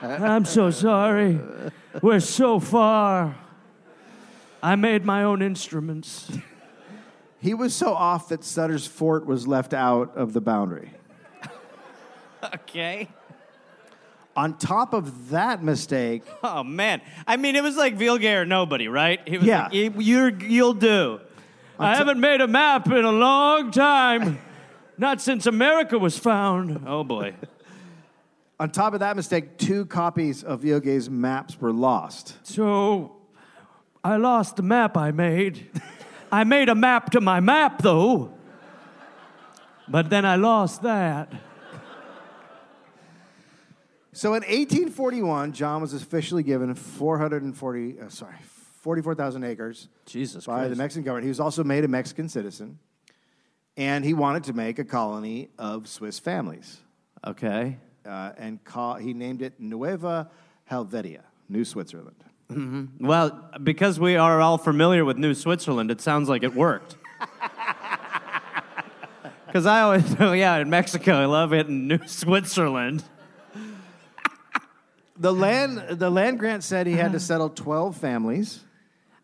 E: I'm so sorry. We're so far. I made my own instruments.
A: He was so off that Sutter's Fort was left out of the boundary.
E: Okay.
A: On top of that mistake,
E: Oh man. I mean, it was like Vilgay or nobody, right? He was
A: Yeah.
E: like, "You- you're, you'll do. I haven't made a map in a long time. Not since America was found. Oh boy.
A: on top of that mistake, two copies of Vioge's maps were lost.
E: So I lost the map I made. I made a map to my map, though. But then I lost that.
A: So in 1841, John was officially given 440, uh, sorry, 44,000 acres
E: Jesus
A: by the Mexican government. He was also made a Mexican citizen, and he wanted to make a colony of Swiss families,
E: Okay.
A: uh, and call, he named it Nueva Helvetia, New Switzerland.
E: Well, because we are all familiar with New Switzerland, it sounds like it worked. Because I always know, yeah, in Mexico, I love it. In New Switzerland,
A: The land, the land grant said he had to settle 12 families.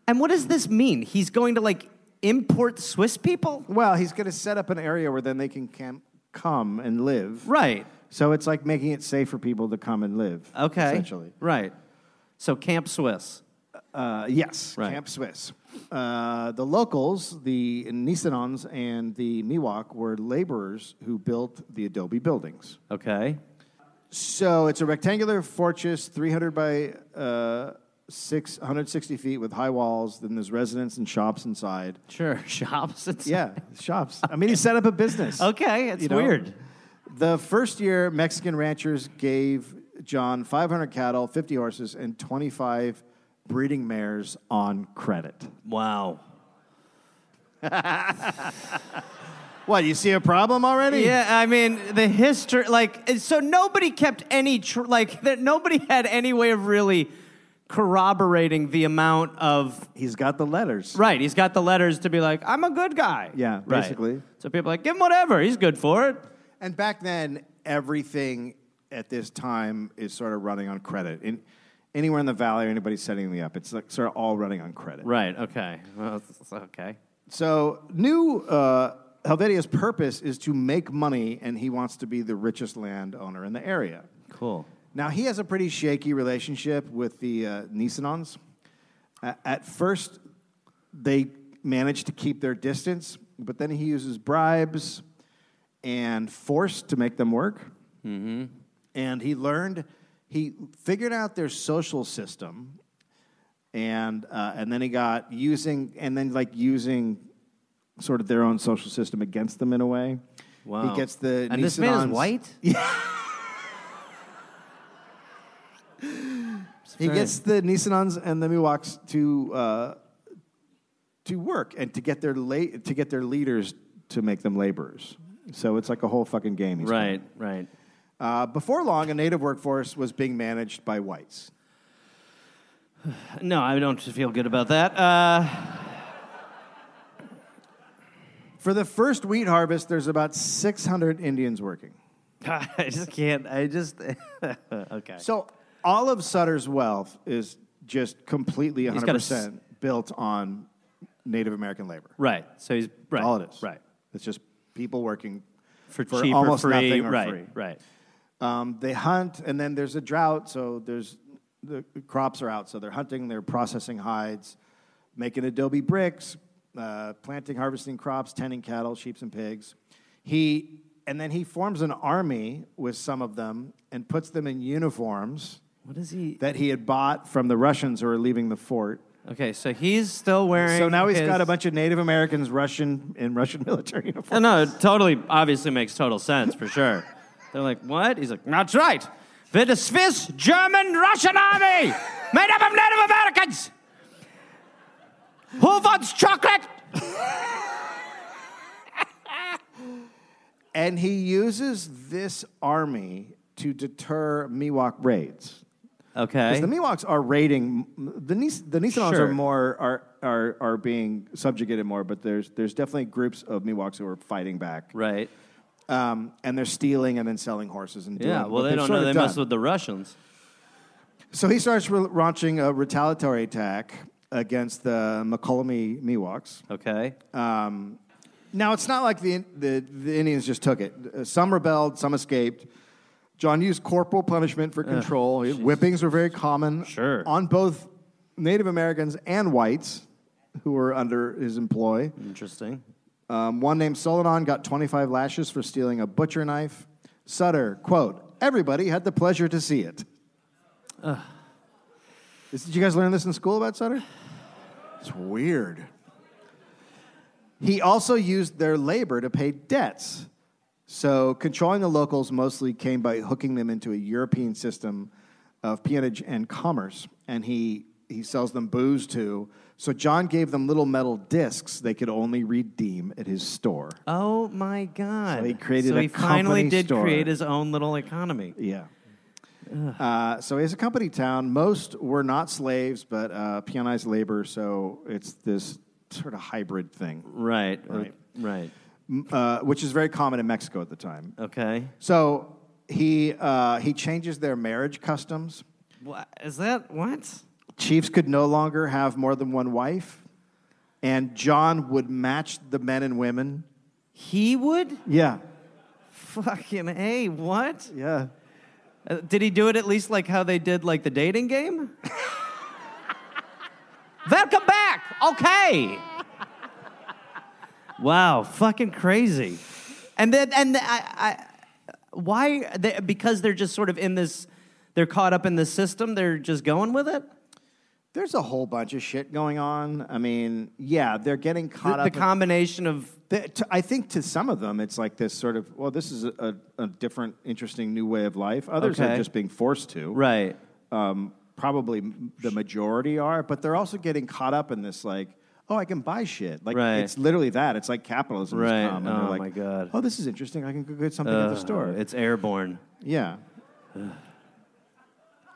E: and what does this mean? He's going to like import Swiss people,
A: Well, he's going to set up an area where then they can cam- come and live.
E: right?
A: So it's like making it safe for people to come and live.
E: Okay,
A: Essentially.
E: right. So Camp Swiss.
A: Uh, yes,
E: Right.
A: Camp Swiss. Uh, the locals, the Nisenons and the Miwok, were laborers who built the adobe buildings.
E: Okay.
A: So it's a rectangular fortress, 300 by uh, 660 feet with high walls. Then there's residents and shops inside.
E: Sure, shops. It's,
A: Yeah, shops. I mean, he set up a business.
E: Okay, it's
A: You know?
E: weird.
A: The first year, Mexican ranchers gave John 500 cattle, 50 horses, and 25 breeding mares on credit.
E: Wow.
A: What, you see a problem already?
E: Yeah, I mean the history. Like, so nobody kept any tr- like that. Nobody had any way of really corroborating the amount of
A: He's got the letters.
E: right. He's got the letters to be like, I'm a good guy.
A: Yeah,
E: Right.
A: basically.
E: So people are like give him whatever. He's good for it.
A: And back then, everything at this time is sort of running on credit. In, anywhere in the valley or anybody setting me up, it's like sort of all running on credit.
E: Right. Okay. Well, it's- it's okay.
A: So, new uh, Helvetia's purpose is to make money, and he wants to be the richest landowner in the area.
E: Cool.
A: Now, he has a pretty shaky relationship with the uh, Nisenons. Uh, at first, they manage to keep their distance, but then he uses bribes and force to make them work. Mm-hmm. And he learned, he figured out their social system, and uh, and then he got using, and then like using sort of their own social system against them in a way.
E: Wow.
A: He gets the
E: and this man is
A: Nisenons-
E: white.
A: He
E: Fair.
A: gets the Nisenons and the Miwoks to uh, to work and to get their la- to get their leaders to make them laborers. So it's like a whole fucking game. he's
E: Right. Right.
A: playing. Uh, before long, a native workforce was being managed by whites.
E: No, I don't feel good about that. Uh,
A: For the first wheat harvest, there's about 600 Indians working.
E: I just can't. I just. okay.
A: So all of Sutter's wealth is just completely
E: got a
A: 100%
E: s-
A: built on Native American labor.
E: Right. So he's right.
A: All it is.
E: Right.
A: It's just people working
E: For,
A: for
E: cheap
A: almost
E: or free.
A: nothing or
E: right.
A: free.
E: Right.
A: Um, they hunt, and then there's a drought, so there's the crops are out, so they're hunting, they're processing hides, making adobe bricks, uh, planting, harvesting crops, tending cattle, sheep, and pigs. He and then he forms an army with some of them and puts them in uniforms
E: What is he?
A: that he had bought from the Russians who were leaving the fort.
E: Okay. So he's still wearing.
A: So now he's
E: he's
A: got a bunch of Native Americans, Russian in Russian military uniforms.
E: no, it totally, obviously makes total sense for sure. They're like, what? He's like, that's right. We're the Swiss, German, Russian army made up of Native Americans. Who wants chocolate?
A: And he uses this army to deter Miwok raids.
E: Okay.
A: Because the Miwoks are raiding the Nis- the Nisanans
E: Sure.
A: are more are, are are being subjugated more, but there's there's definitely groups of Miwoks who are fighting back,
E: right.
A: um, and they're stealing and then selling horses and doing
E: Yeah.
A: what
E: Well, they
A: they've
E: don't
A: sort
E: know.
A: of
E: They
A: done.
E: mess with the Russians.
A: So he starts re- launching a retaliatory attack against the McCollumy Miwoks.
E: Okay.
A: Um, now, it's not like the, the, the Indians just took it. Uh, Some rebelled, some escaped. John used corporal punishment for control. Whippings were very common
E: Sure.
A: on both Native Americans and whites who were under his employ.
E: Interesting.
A: Um, one named Solomon got 25 lashes for stealing a butcher knife. Sutter, quote, everybody had the pleasure to see it. This- Did you guys learn this in school about Sutter? It's weird. He also used their labor to pay debts. So controlling the locals mostly came by hooking them into a European system of peonage and commerce, and he he sells them booze too. So John gave them little metal discs they could only redeem at his store.
E: Oh my God!
A: So he created
E: So
A: a
E: he finally
A: company
E: did
A: store.
E: create his own little economy.
A: Yeah. Uh, so it's a company town. Most were not slaves, but uh, peonized labor. So it's this sort of hybrid thing,
E: Right.
A: Right.
E: Right.
A: M- uh, which is very common in Mexico at the time.
E: Okay.
A: So he uh, he changes their marriage customs.
E: What is that? What?
A: Chiefs could no longer have more than one wife, and John would match the men and women.
E: He would?
A: Yeah,
E: Fucking a. What?
A: yeah.
E: Uh, did he do it at least like how they did like the dating game? Welcome back. Okay. wow. Fucking crazy. And then and I, I why they, because they're just sort of in this. They're caught up in this system. They're just going with it.
A: There's a whole bunch of shit going on. I mean, yeah, they're getting caught
E: The,
A: up.
E: the
A: in-
E: combination of
A: The- to- I think to some of them, it's like this sort of, well, this is a, a, a different, interesting new way of life. Others
E: Okay.
A: are just being forced to.
E: right.
A: Um, probably m- the majority are, but they're also getting caught up in this, like, oh, I can buy shit. Like,
E: Right.
A: it's literally that. It's like capitalism has
E: Right.
A: come, and they're
E: Oh,
A: like,
E: my God. Uh,
A: Oh, this is interesting. I can go get something at the store.
E: Uh-huh. It's airborne.
A: Yeah.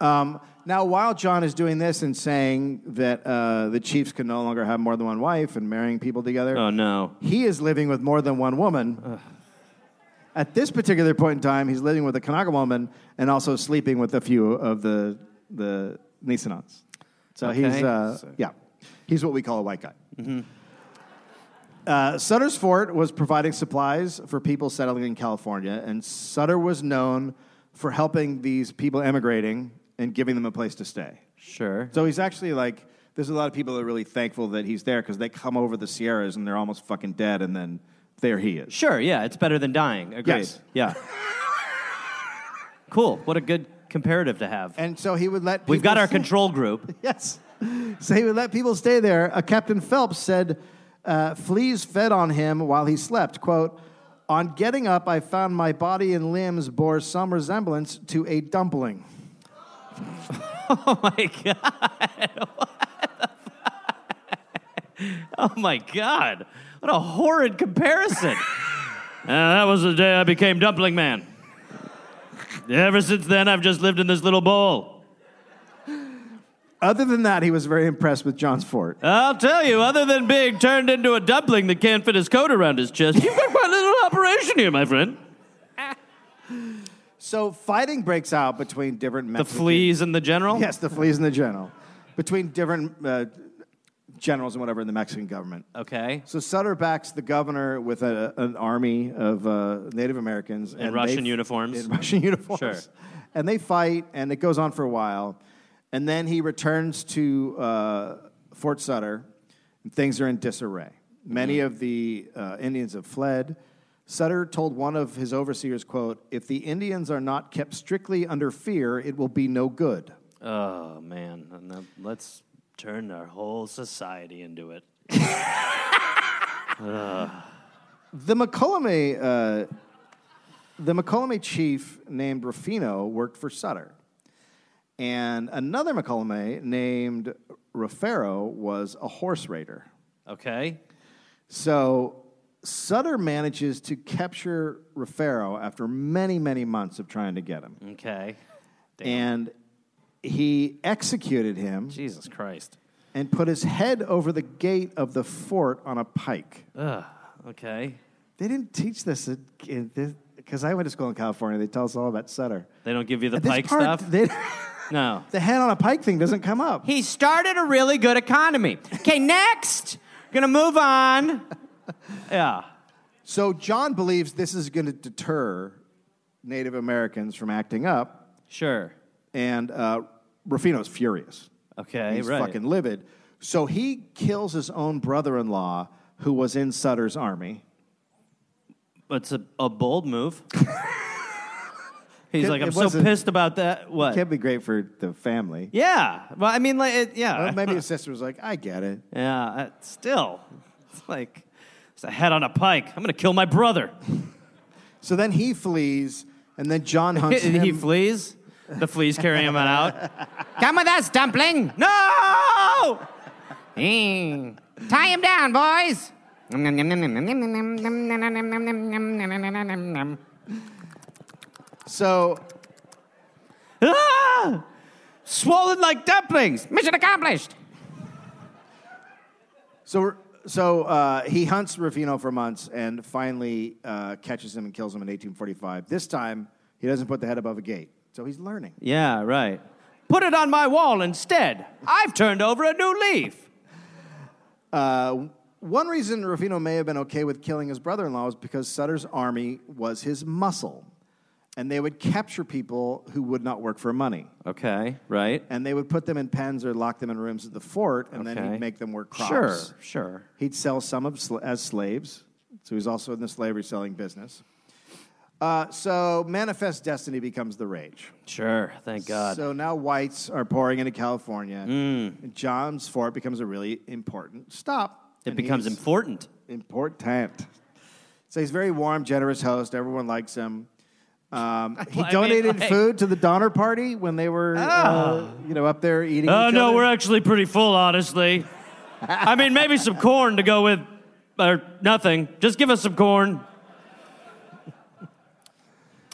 A: um, now, while John is doing this and saying that uh, the chiefs can no longer have more than one wife and marrying people together,
E: Oh no.
A: he is living with more than one woman. At this particular point in time, he's living with a Kanaka woman and also sleeping with a few of the the Nisanans. So
E: Okay.
A: he's uh, yeah, he's what we call a white guy. Uh, Sutter's Fort was providing supplies for people settling in California, and Sutter was known for helping these people emigrating and giving them a place to stay.
E: Sure.
A: So he's actually like, there's a lot of people that are really thankful that he's there because they come over the Sierras and they're almost fucking dead, and then there he is.
E: Sure, yeah, it's better than dying. Agreed.
A: Yes.
E: Yeah. cool. What a good comparative to have.
A: And so he would let.
E: We've got
A: people
E: our
A: stay-
E: control group.
A: Yes. So he would let people stay there. Uh, Captain Phelps said, uh, "Fleas fed on him while he slept." Quote. On getting up, I found my body and limbs bore some resemblance to a dumpling.
E: Oh my god. What the fuck? Oh my god. What a horrid comparison. Uh, that was the day I became Dumpling Man. Ever since then, I've just lived in this little bowl.
B: Other than that, he was very impressed with John's fort.
E: I'll tell you, other than being turned into a dumpling that can't fit his coat around his chest, you've got quite a little operation here, my friend.
B: So fighting breaks out between different
E: The
B: Mexican-
E: fleas and the general?
B: Yes, the fleas and the general, between different uh, generals and whatever in the Mexican government.
E: Okay.
B: So Sutter backs the governor with a, an army of uh, Native Americans in
E: Russian uniforms.
B: In Russian uniforms.
E: Sure.
B: And they fight, and it goes on for a while, and then he returns to uh, Fort Sutter, and things are in disarray. Many
E: Mm-hmm.
B: of the uh, Indians have fled. Sutter told one of his overseers, "quote If the Indians are not kept strictly under fear, it will be no good."
E: Oh, man. And then let's turn our whole society into it.
B: The McColumay, uh, the McColumay chief named Ruffino worked for Sutter, and another McColumay named Rafero was a horse raider.
E: Okay.
B: So Sutter manages to capture Rafero after many, many months of trying to get him,
E: Okay.
B: and he executed him
E: Jesus Christ.
B: and put his head over the gate of the fort on a pike.
E: Ugh. Okay.
B: They didn't teach this because I went to school in California. They tell us all about Sutter.
E: They don't give you the
B: At this
E: pike
B: part,
E: stuff?
B: they-
E: no.
B: the head on a pike thing doesn't come up.
E: He started a really good economy. Okay, next. Gonna move on. Yeah.
B: So John believes this is going to deter Native Americans from acting up,
E: Sure.
B: and uh, Rufino's furious.
E: Okay,
B: He's
E: right.
B: fucking livid. So he kills his own brother-in-law, who was in Sutter's army.
E: It's a, a bold move. He's
B: It-
E: like, I'm
B: it
E: so
B: wasn't-
E: pissed about that. What?
B: Can't be great for the family.
E: Yeah. Well, I mean, like, it, yeah.
B: Well, maybe his sister was like, "I get it."
E: Yeah. uh, still, it's like it's a head on a pike. I'm gonna kill my brother.
B: So then he flees, and then John hunts him.
E: he flees. The fleas carry him out. Come with us, dumpling. No.
D: Tie him down, boys.
B: Uh, so
E: Ah! Swollen like dumplings.
D: Mission accomplished.
B: So, so uh, he hunts Rufino for months and finally uh, catches him and kills him in 1845. This time, he doesn't put the head above a gate. So he's learning.
E: Yeah. Right. Put it on my wall instead. I've turned over a new leaf.
B: Uh, One reason Rufino may have been okay with killing his brother in law is because Sutter's army was his muscle. And they would capture people who would not work for money.
E: Okay. Right.
B: And they would put them in pens or lock them in rooms at the fort, and then
E: Okay.
B: he'd make them work crops.
E: Sure. Sure.
B: He'd sell some of sl- as slaves, so he's also in the slavery selling business. Uh, so manifest destiny becomes the rage.
E: Sure. Thank God. Mm.
B: So now whites are pouring into California. and John's fort becomes a really important stop.
E: it
B: And
E: becomes
B: he's
E: important.
B: important. So he's a very warm, generous host. Everyone likes him. Um, he
E: I mean,
B: donated
E: like-
B: food to the Donner Party when they were, uh, you know, up there eating.
E: Oh
B: each
E: no,
B: other.
E: we're actually pretty full, honestly. I mean, maybe some corn to go with, or nothing. Just give us some corn.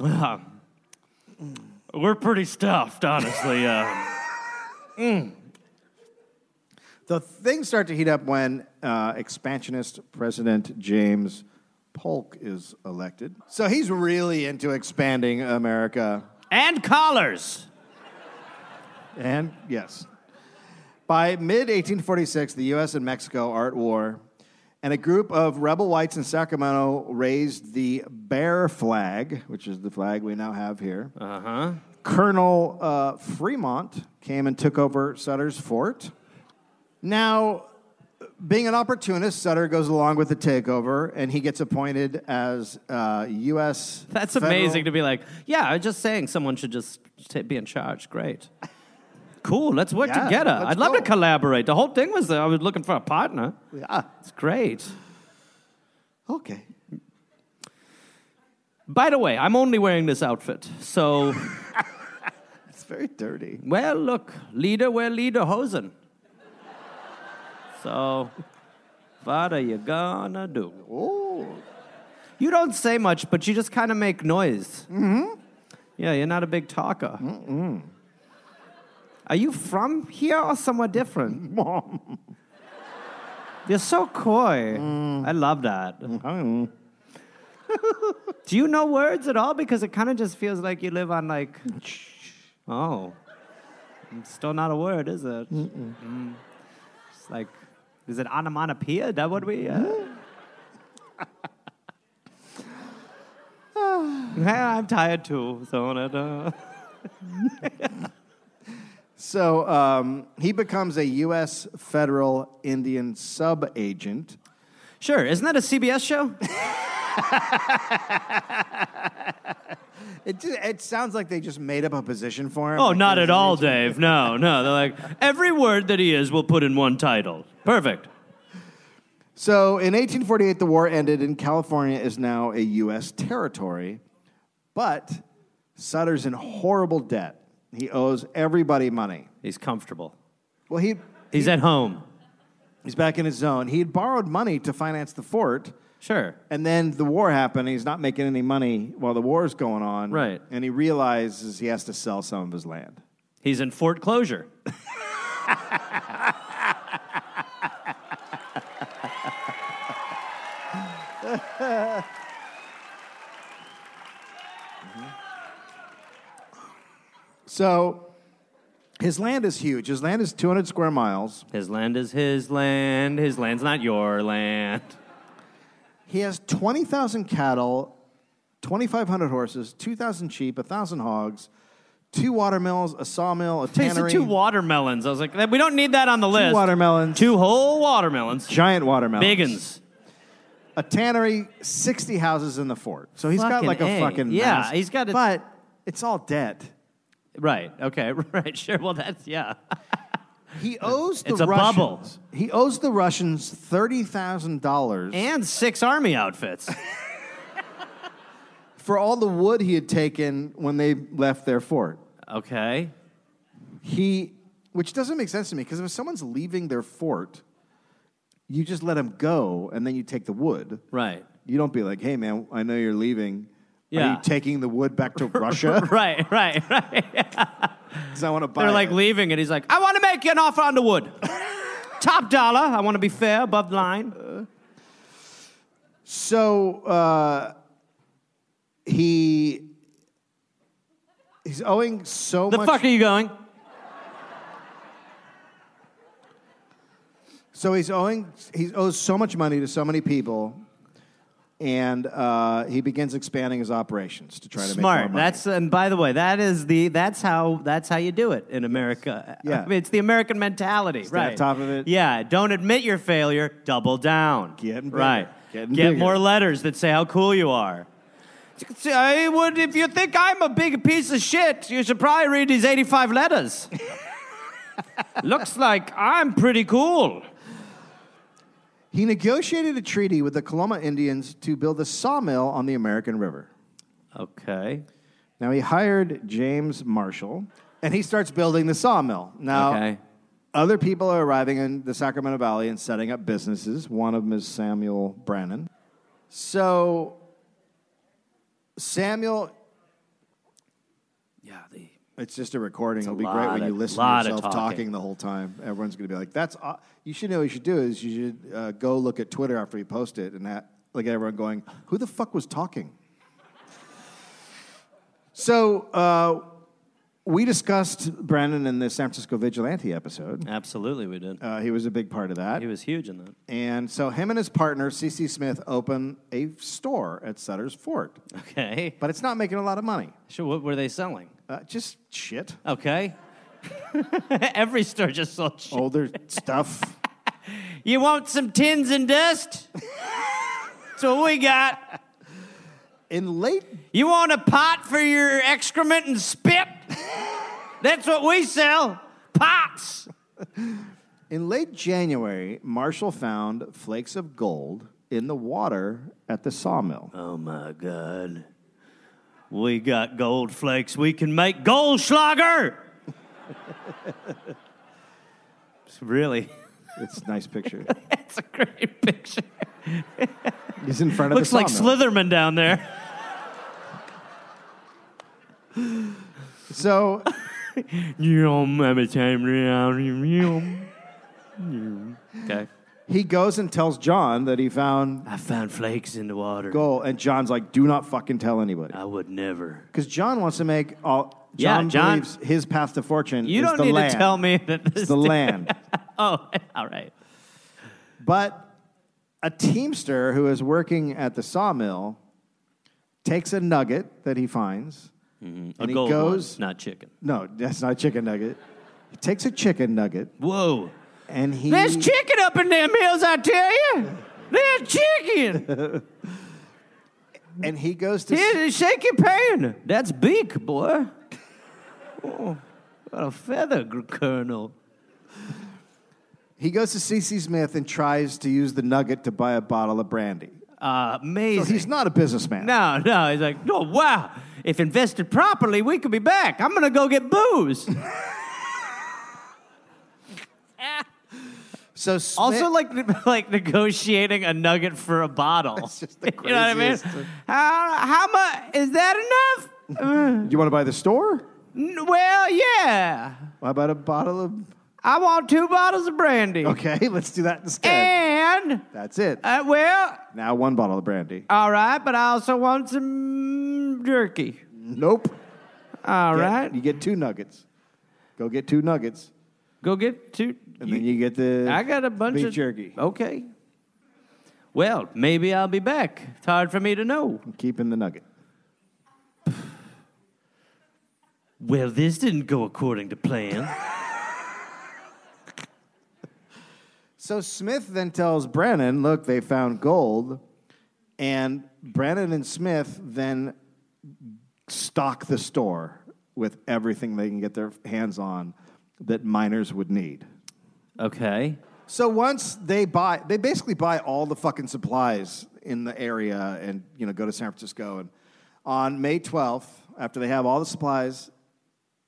E: Ah. we're pretty stuffed, honestly. Uh,
B: The things start to heat up when uh, expansionist President James Polk is elected. So he's really into expanding America.
E: and collars.
B: And yes. By mid 1846, the US and Mexico are at war, and a group of rebel whites in Sacramento raised the bear flag, which is the flag we now have here. Uh-huh. Colonel uh, Fremont came and took over Sutter's fort. Now, being an opportunist, Sutter goes along with the takeover, and he gets appointed as uh, U.S.
E: That's
B: federal-
E: amazing to be like, yeah, I'm just saying someone should just t- be in charge. Great. Cool, let's work
B: Yeah,
E: together.
B: let's
E: I'd love to
B: go.
E: collaborate. The whole thing was that I was looking for a partner.
B: Yeah.
E: It's great.
B: Ah, Okay.
E: By the way, I'm only wearing this outfit, so.
B: It's very dirty.
E: Well, look, leader where leader hosen. So, what are you gonna do?
B: Oh.
E: You don't say much, but you just kind of make noise. Mm-hmm. Yeah, you're not a big talker. Are you from here or somewhere different? Mom. You're so coy. I love that. Do you know words at all? Because it kind of just feels like you live on like. Oh. It's still not a word, is it? Mm. It's like, is it onomatopoeia? That what we? Uh... Yeah, I'm tired too. So uh,
B: So um, he becomes a U.S. federal Indian sub agent.
E: sure, isn't that a CBS show?
B: It, ju- it sounds like they just made up a position for him.
E: Oh,
B: Like,
E: not
B: he's
E: at
B: an
E: all,
B: agent.
E: Dave. No, no. They're like, every word that he is, we'll put in one title. Perfect.
B: So in 1848, the war ended, and California is now a U.S. territory. But Sutter's in horrible debt. He owes everybody money.
E: He's comfortable.
B: Well, he,
E: He's at home.
B: he's back in his zone. He had borrowed money to finance the fort,
E: Sure.
B: and then the war happened. And he's not making any money while the war's going on.
E: Right.
B: And he realizes he has to sell some of his land.
E: He's in Fort Closure.
B: So his land is huge. His land is 200 square miles.
E: His land is his land. His land's not your land.
B: He has 20,000 cattle, 2,500 horses, 2,000 sheep, 1,000 hogs, two watermills, a sawmill, a
E: He said
B: tannery,
E: two watermelons. I was like, "That- we don't need that on the list.
B: watermelons,
E: Two whole watermelons.
B: giant watermelons,
E: Biggins.
B: a tannery, 60 houses in the fort. So he's got
E: Fucking
B: like a,
E: A.
B: fucking
E: Yeah,
B: mess.
E: he's got a-
B: But it's all debt.
E: Right. Okay. Right. Sure. Well, that's, yeah.
B: He owes the
E: It's a
B: Russians.
E: bubble.
B: He owes the Russians thirty thousand dollars
E: And six army outfits.
B: for all the wood he had taken when they left their fort.
E: Okay.
B: He, which doesn't make sense to me because if someone's leaving their fort, you just let them go and then you take the wood.
E: Right.
B: You don't be like, hey man, I know you're leaving. Are
E: Yeah.
B: you taking the wood back to Russia?
E: Right. Right. Right.
B: Because I want to buy.
E: They're like
B: it.
E: leaving, and he's like, I want to make you an offer on the wood. Top dollar. I want to be fair, above the line.
B: Uh, So uh, he he's owing so
E: the
B: much.
E: fuck are you going?
B: So he's owing he owes so much money to so many people, and uh, he begins expanding his operations to try to make more
E: Smart.
B: money.
E: That's and by the way, that is the that's how that's how you do it in America.
B: Yeah.
E: I mean, it's the American mentality,
B: on
E: right?
B: top of it.
E: Yeah, don't admit your failure, double down.
B: Getting bigger,
E: right.
B: getting
E: Get
B: bigger.
E: more letters that say how cool you are. See, I would if you think I'm a big piece of shit, you should probably read these 85 letters. Looks like I'm pretty cool.
B: he negotiated a treaty with the Coloma Indians to build a sawmill on the American River.
E: Okay.
B: Now he hired James Marshall, and he starts building the sawmill. Now
E: Okay.
B: other people are arriving in the Sacramento Valley and setting up businesses. One of them is Samuel Brannan. So Samuel,
E: Yeah, the
B: it's just a recording. It'll be great
E: lot
B: when
E: of-
B: you listen to
E: lot of
B: yourself talking.
E: talking
B: the whole time. Everyone's going to be like, "That's aw- you should know. What you should do is you should uh, go look at Twitter after you post it and that, like everyone going, who the fuck was talking." So uh, we discussed Brannon in the San Francisco Vigilante episode.
E: Absolutely we did.
B: Uh, he was a big part of that.
E: he was huge in that.
B: And so him and his partner, C.C. Smith, open a store at Sutter's Fort.
E: Okay.
B: But it's not making a lot of money.
E: Sure, what were they selling?
B: Uh, just shit.
E: Okay. Every store just sold shit.
B: Older stuff.
E: You want some tins and dust? That's what we got.
B: In late,
E: You want a pot for your excrement and spit? That's what we sell. Pots.
B: in late January, Marshall found flakes of gold in the water at the sawmill.
E: Oh my God. We got gold flakes. We can make Goldschlager. it's really,
B: It's a nice picture.
E: it's a great picture.
B: He's in front of
E: Looks
B: the
E: like
B: sawmill.
E: Slitherman down there.
B: So
E: okay.
B: He goes and tells John that he found
E: I found flakes in the water.
B: gold, and John's like, "Do not fucking tell anybody,"
E: I would never.
B: because John wants to make all.
E: Yeah,
B: John,
E: John-
B: believes his path to fortune.
E: You
B: is
E: don't
B: the
E: need
B: land.
E: to tell me that this
B: It's the land.
E: Oh, all right.
B: But a teamster who is working at the sawmill takes a nugget that he finds.
E: A
B: he
E: gold
B: goes-
E: one, not chicken.
B: No, that's not a chicken nugget. He takes a chicken nugget
E: Whoa.
B: and he
E: There's chicken up in them hills, I tell you. There's chicken.
B: and he goes to
E: Here, shake your pan. That's beak, boy. Oh, got a feather gr- kernel.
B: he goes to CC Smith and tries to use the nugget to buy a bottle of brandy.
E: Uh, amazing.
B: So he's not a businessman.
E: No, no. He's like, no, wow. If invested properly, we could be back. I'm going to go get booze.
B: So Smith,
E: also, like, like negotiating a nugget for a bottle.
B: It's just the
E: you know what I mean?
B: craziest.
E: How, how much? Is that enough?
B: do you want to buy the store?
E: N- Well, yeah.
B: How about a bottle of?
E: I want two bottles of brandy.
B: Okay, let's do that instead.
E: And,
B: That's it.
E: uh, well,
B: Now one bottle of brandy.
E: all right, but I also want some jerky.
B: Nope.
E: All
B: All right,
E: right.
B: You get two nuggets. Go get two nuggets,
E: Go get two.
B: and then you get the.
E: I got a bunch
B: beef
E: of
B: jerky.
E: Okay. Well, maybe I'll be back. It's hard for me to know.
B: keeping the nugget.
E: Well, this didn't go according to plan.
B: So Smith then tells Brennan, "Look, they found gold," and Brennan and Smith then stock the store with everything they can get their hands on that miners would need.
E: okay.
B: So once they buy, they basically buy all the fucking supplies in the area, and you know go to San Francisco. And on May twelfth, after they have all the supplies,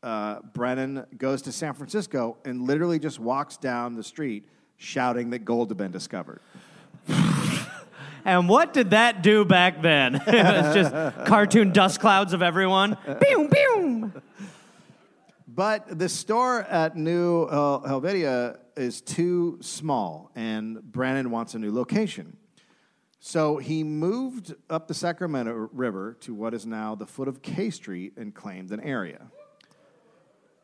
B: uh, Brennan goes to San Francisco and literally just walks down the street shouting that gold had been discovered.
E: And what did that do back then? it was just cartoon dust clouds of everyone. boom, boom.
B: But the store at New Hel- Helvetia is too small, and Brennan wants a new location. So he moved up the Sacramento River to what is now the foot of K Street and claimed an area.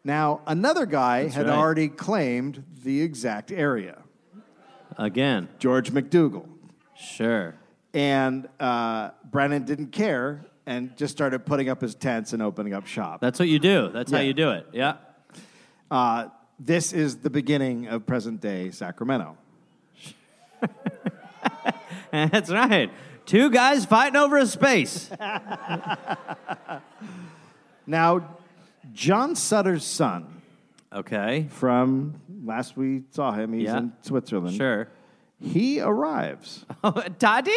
B: Now, another guy had
E: right.
B: already claimed the exact area,
E: Again,
B: George McDougal.
E: sure.
B: And uh, Brennan didn't care and just started putting up his tents and opening up shop.
E: That's what you do. That's how
B: Yeah.
E: you do it. Yeah.
B: Uh, this is the beginning of present day Sacramento.
E: That's right. Two guys fighting over a space.
B: Now, John Sutter's son
E: Okay.
B: from last we saw him, he's
E: Yeah.
B: in Switzerland.
E: Sure.
B: He arrives.
E: Daddy?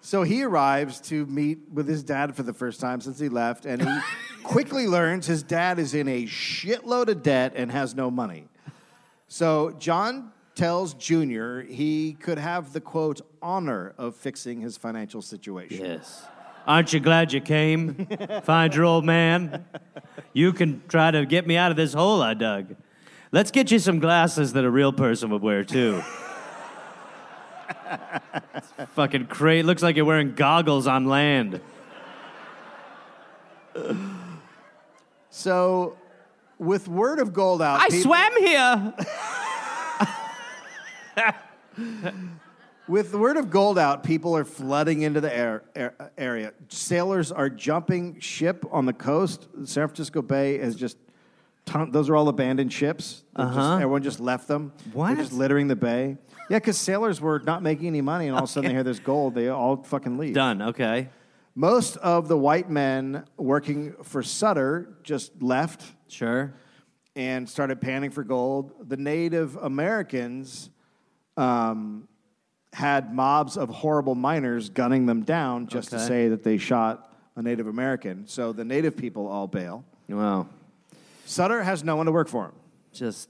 B: So he arrives to meet with his dad for the first time since he left, and he quickly learns his dad is in a shitload of debt and has no money. So John tells Junior he could have the quote honor of fixing his financial situation.
E: Yes. Aren't you glad you came? Find your old man. You can try to get me out of this hole I dug. Let's get you some glasses that a real person would wear, too. It's fucking crazy. Looks like you're wearing goggles on land.
B: So, with word of gold out,
E: I
B: people-
E: swam here.
B: With the word of gold out, people are flooding into the air, air, area. Sailors are jumping ship on the coast. San Francisco Bay is just. Ton- those are all abandoned ships. They're just- everyone just left them.
E: Uh-huh. What?
B: They're just littering the bay. Yeah, because sailors were not making any money, and all of a sudden they hear there's gold. They all fucking leave.
E: Done. Okay.
B: Most of the white men working for Sutter just left
E: Sure.
B: and started panning for gold. The Native Americans um, had mobs of horrible miners gunning them down just to
E: Okay.
B: say that they shot a Native American. So the Native people all bail.
E: Wow.
B: Sutter has no one to work for him.
E: just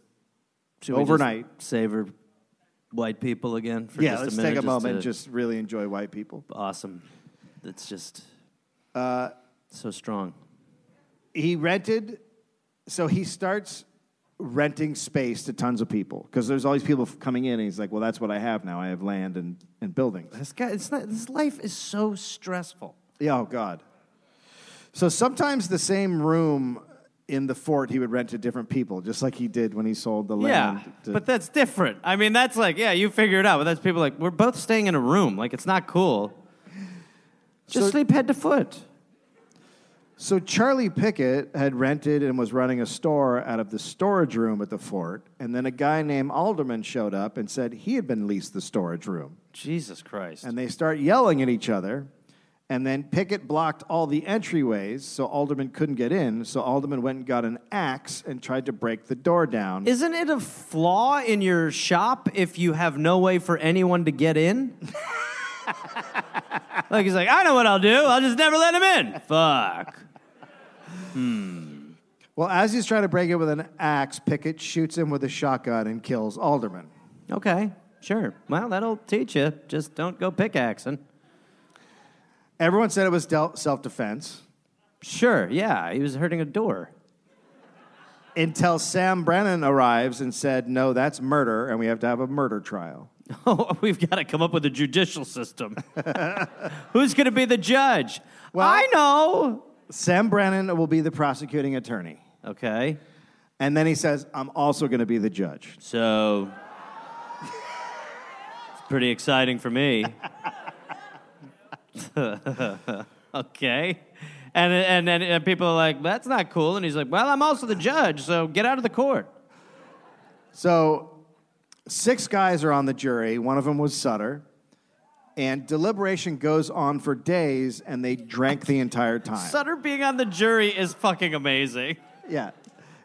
E: should we just
B: Overnight.
E: savor white people again for
B: yeah,
E: just
B: let's
E: a minute.
B: take a moment and
E: to-
B: just really enjoy white people.
E: awesome.
B: Uh,
E: It's just so strong.
B: He rented so he starts renting space to tons of people because there's all these people f- coming in, and he's like, "Well, that's what I have now. I have land and, and buildings."
E: This guy, it's not, this life is so stressful.
B: Yeah, oh God. So sometimes the same room in the fort he would rent to different people, just like he did when he sold the
E: Yeah,
B: land. to-
E: but that's different. I mean, that's like, yeah, you figure it out. But that's people like, we're both staying in a room. Like, it's not cool. Just
B: So-
E: sleep head to foot.
B: so Charlie Pickett had rented and was running a store out of the storage room at the fort, and then a guy named Alderman showed up and said he had been leased the storage room.
E: Jesus Christ.
B: and they start yelling at each other. And then Pickett blocked all the entryways, so Alderman couldn't get in. So Alderman went and got an axe and tried to break the door down.
E: Isn't it a flaw in your shop if you have no way for anyone to get in? like, he's like, I know what I'll do. I'll just never let him in. Fuck.
B: well, as he's trying to break it with an axe, Pickett shoots him with a shotgun and kills Alderman.
E: Okay, sure. Well, that'll teach you. Just don't go pickaxing.
B: Everyone said it was del- self defense
E: Sure, yeah, he was hurting a door.
B: until Sam Brennan arrives and said, No, that's murder, and we have to have a murder trial.
E: Oh, we've got to come up with a judicial system. Who's going to be the judge?
B: Well-
E: I know.
B: Sam Brennan will be the prosecuting attorney.
E: Okay,
B: And then he says, I'm also going to be the judge.
E: so it's pretty exciting for me. okay. And, and, and, and people are like, that's not cool. And he's like, well, I'm also the judge, so get out of the court.
B: So, six guys are on the jury. One of them was Sutter. And deliberation goes on for days, and they drank the entire time.
E: Sutter being on the jury is fucking amazing.
B: yeah.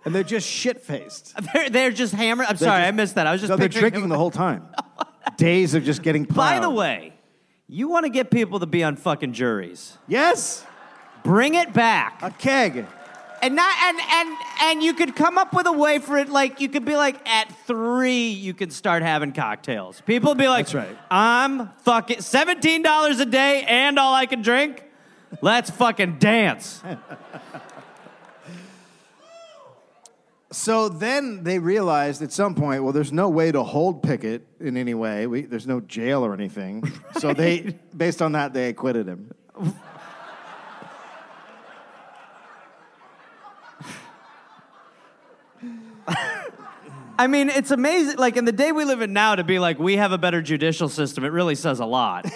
B: And they're just shit faced.
E: They're, they're just hammered. I'm sorry, I missed that. I was just
B: No, they're
E: picturing
B: drinking
E: him-
B: the whole time. days of just getting
E: By
B: plowed.
E: the way, you want to get people to be on fucking juries.
B: Yes,
E: Bring it back.
B: a keg.
E: And not and and and you could come up with a way for it like you could be like at 3 you could start having cocktails. People be like
B: That's right.
E: I'm fucking $17 a day and all I can drink. Let's fucking dance.
B: So then they realized at some point, well, there's no way to hold Pickett in any way. We, there's no jail or anything. So they, based on that, they acquitted him.
E: I mean, it's amazing like in the day we live in now to be like we have a better judicial system. It really says a lot.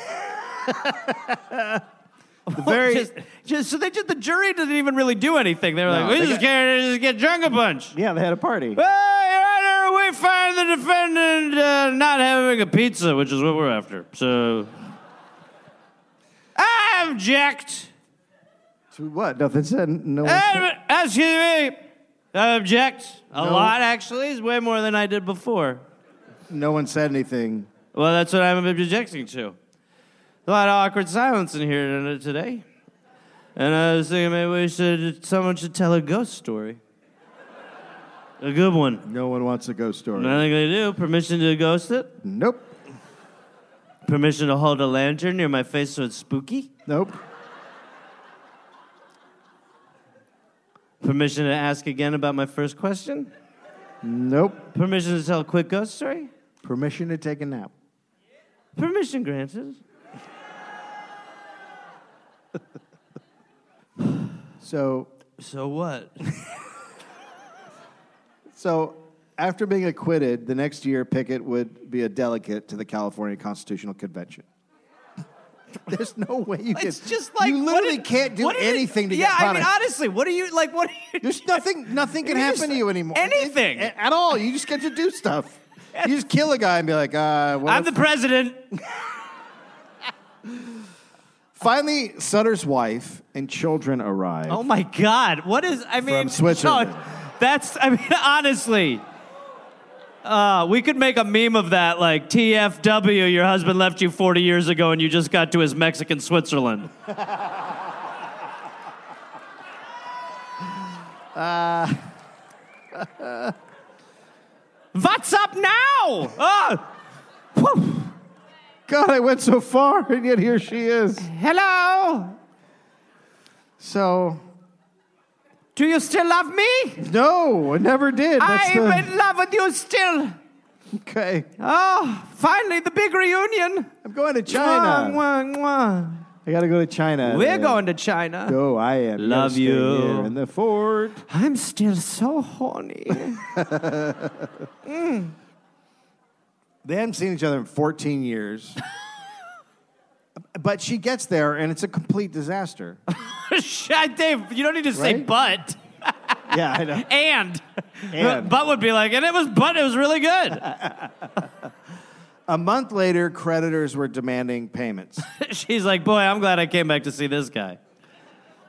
B: very-
E: just, just- so they just the jury didn't even really do anything. They were
B: No,
E: like, we
B: they
E: just,
B: got-
E: get, just get drunk a bunch.
B: Yeah, they had a party.
E: Well, Your Honor, we find the defendant uh, not having a pizza, which is what we're after. So I object.
B: So what? Nothing said. No. One said.
E: Uh, excuse me. I object. A
B: No.
E: lot, actually. It's way more than I did before.
B: No one said anything.
E: Well, that's what I'm objecting to. A lot of awkward silence in here today. And I was thinking maybe we should, someone should tell a ghost story. A good one.
B: No one wants a ghost story.
E: And I think they do. Permission to ghost it?
B: Nope.
E: Permission to hold a lantern near my face so it's spooky?
B: Nope.
E: Permission to ask again about my first question?
B: Nope.
E: Permission to tell a quick ghost story?
B: Permission to take a nap.
E: Permission granted.
B: So,
E: So what?
B: so after being acquitted, the next year Pickett would be a delegate to the California Constitutional Convention. There's no way you can.
E: It's just like
B: you
E: what
B: literally
E: did-
B: can't do
E: what did-
B: anything to
E: yeah,
B: get
E: I
B: punished.
E: mean, honestly, what do you like? What do you?
B: There's nothing. Nothing can
E: You
B: happen
E: just-
B: to you anymore.
E: anything.
B: It- at all. You just get to do stuff. You just kill a guy and be like, uh, what
E: I'm
B: if-
E: the president.
B: Finally, Sutter's wife and children arrive.
E: Oh my God! What is? I mean,
B: Switzerland.
E: no, that's. I mean, honestly, uh, we could make a meme of that, like TFW. Your husband left you 40 years ago, and you just got to his Mexican Switzerland. What's up now? Ah! Whew.
B: God, I went so far, and yet here she is.
E: hello.
B: So
E: Do you still love me?
B: No, I never did. That's
E: I'm
B: the-
E: in love with you still.
B: okay.
E: Oh, finally the big reunion.
B: I'm going to China.
E: Mwah, mwah, mwah.
B: I got to go to China.
E: We're going to China.
B: No, I am. You
E: Love
B: gotta stay
E: you.
B: here in the fort.
E: I'm still so horny. Mm.
B: They hadn't seen each other in 14 years. but she gets there and it's a complete disaster.
E: Shit, Dave, you don't need to say
B: Right?
E: but.
B: yeah, I know.
E: And.
B: And. Uh,
E: But would be like, and it was but, it was really good.
B: A month later, creditors were demanding payments.
E: She's like, boy, I'm glad I came back to see this guy.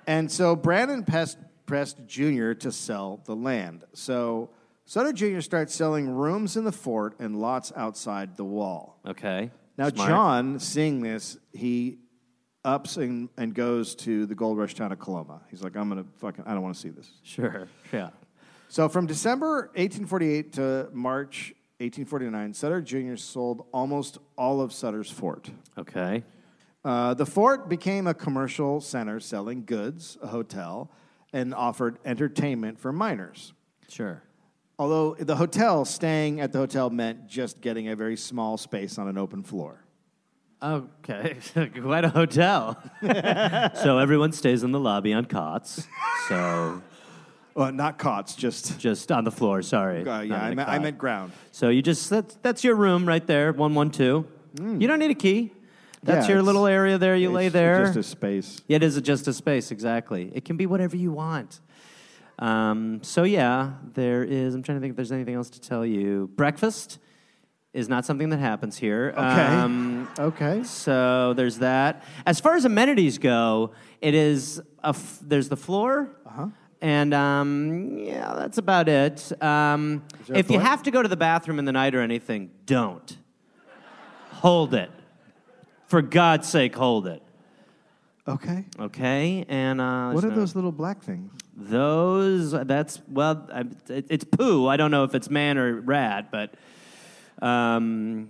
B: and so Brandon Pest, Prest Jr. to sell the land. So Sutter Jr. starts selling rooms in the fort and lots outside the wall.
E: Okay.
B: Now,
E: Smart.
B: John, seeing this, he ups and, and goes to the gold rush town of Coloma. He's like, I'm going to fucking, I don't want to see this.
E: Sure. Yeah.
B: So from December 1848 to March 1849, Sutter Jr. sold almost all of Sutter's fort.
E: Okay.
B: Uh, the fort became a commercial center selling goods, a hotel, and offered entertainment for miners.
E: Sure.
B: Although the hotel, staying at the hotel meant just getting a very small space on an open floor.
E: Okay. Quite a hotel. so everyone stays in the lobby on cots. So
B: Uh, not cots, just.
E: just on the floor, sorry.
B: Uh, yeah,
E: Not on
B: I,
E: a
B: me- I
E: cot.
B: meant ground.
E: So you just, that's, that's your room right there, 112. You don't need a key. That's
B: Hmm. Yeah,
E: your
B: it's-
E: little area there you lay
B: It's
E: there.
B: Just a space.
E: Yeah, It is just a space, exactly. It can be whatever you want. Um, so, yeah, there is. I'm trying to think if there's anything else to tell you. Breakfast is not something that happens here. Okay.
B: okay.
E: so, there's that. As far as amenities go, it is a f- there's the floor. Uh-huh. And um, yeah, that's about it. Um,
B: a
E: if you
B: toilet?
E: have to go to the bathroom in the night or anything, don't. hold it. For God's sake, hold it.
B: Okay.
E: Okay, and uh,
B: What
E: there's
B: are
E: no-
B: those little black things?
E: Those that's well, I, it, it's poo. I don't know if it's man or rat, but um,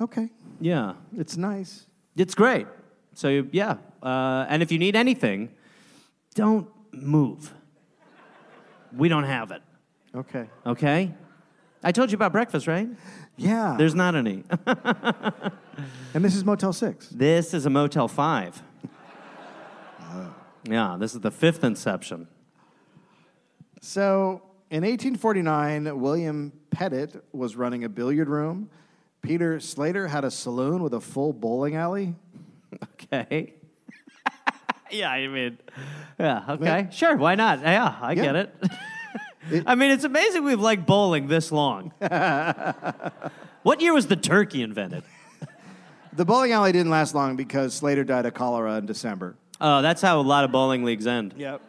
B: Okay.
E: yeah,
B: It's nice.
E: it's great. So you- yeah, uh, and if you need anything, don't move. We don't have it.
B: Okay.
E: Okay, I told you about breakfast, right?
B: Yeah.
E: There's not any.
B: and this is Motel 6.
E: this is a Motel Five. Yeah, this is the fifth inception.
B: So in 1849, William Pettit was running a billiard room. Peter Slater had a saloon with a full bowling alley.
E: Okay. yeah, I mean, yeah, okay. Sure, why not? Yeah, I get it. I mean, it's amazing we've liked bowling this long. what year was the turkey invented?
B: The bowling alley didn't last long because Slater died of cholera in December.
E: Oh, that's how a lot of bowling leagues end.
B: Yep.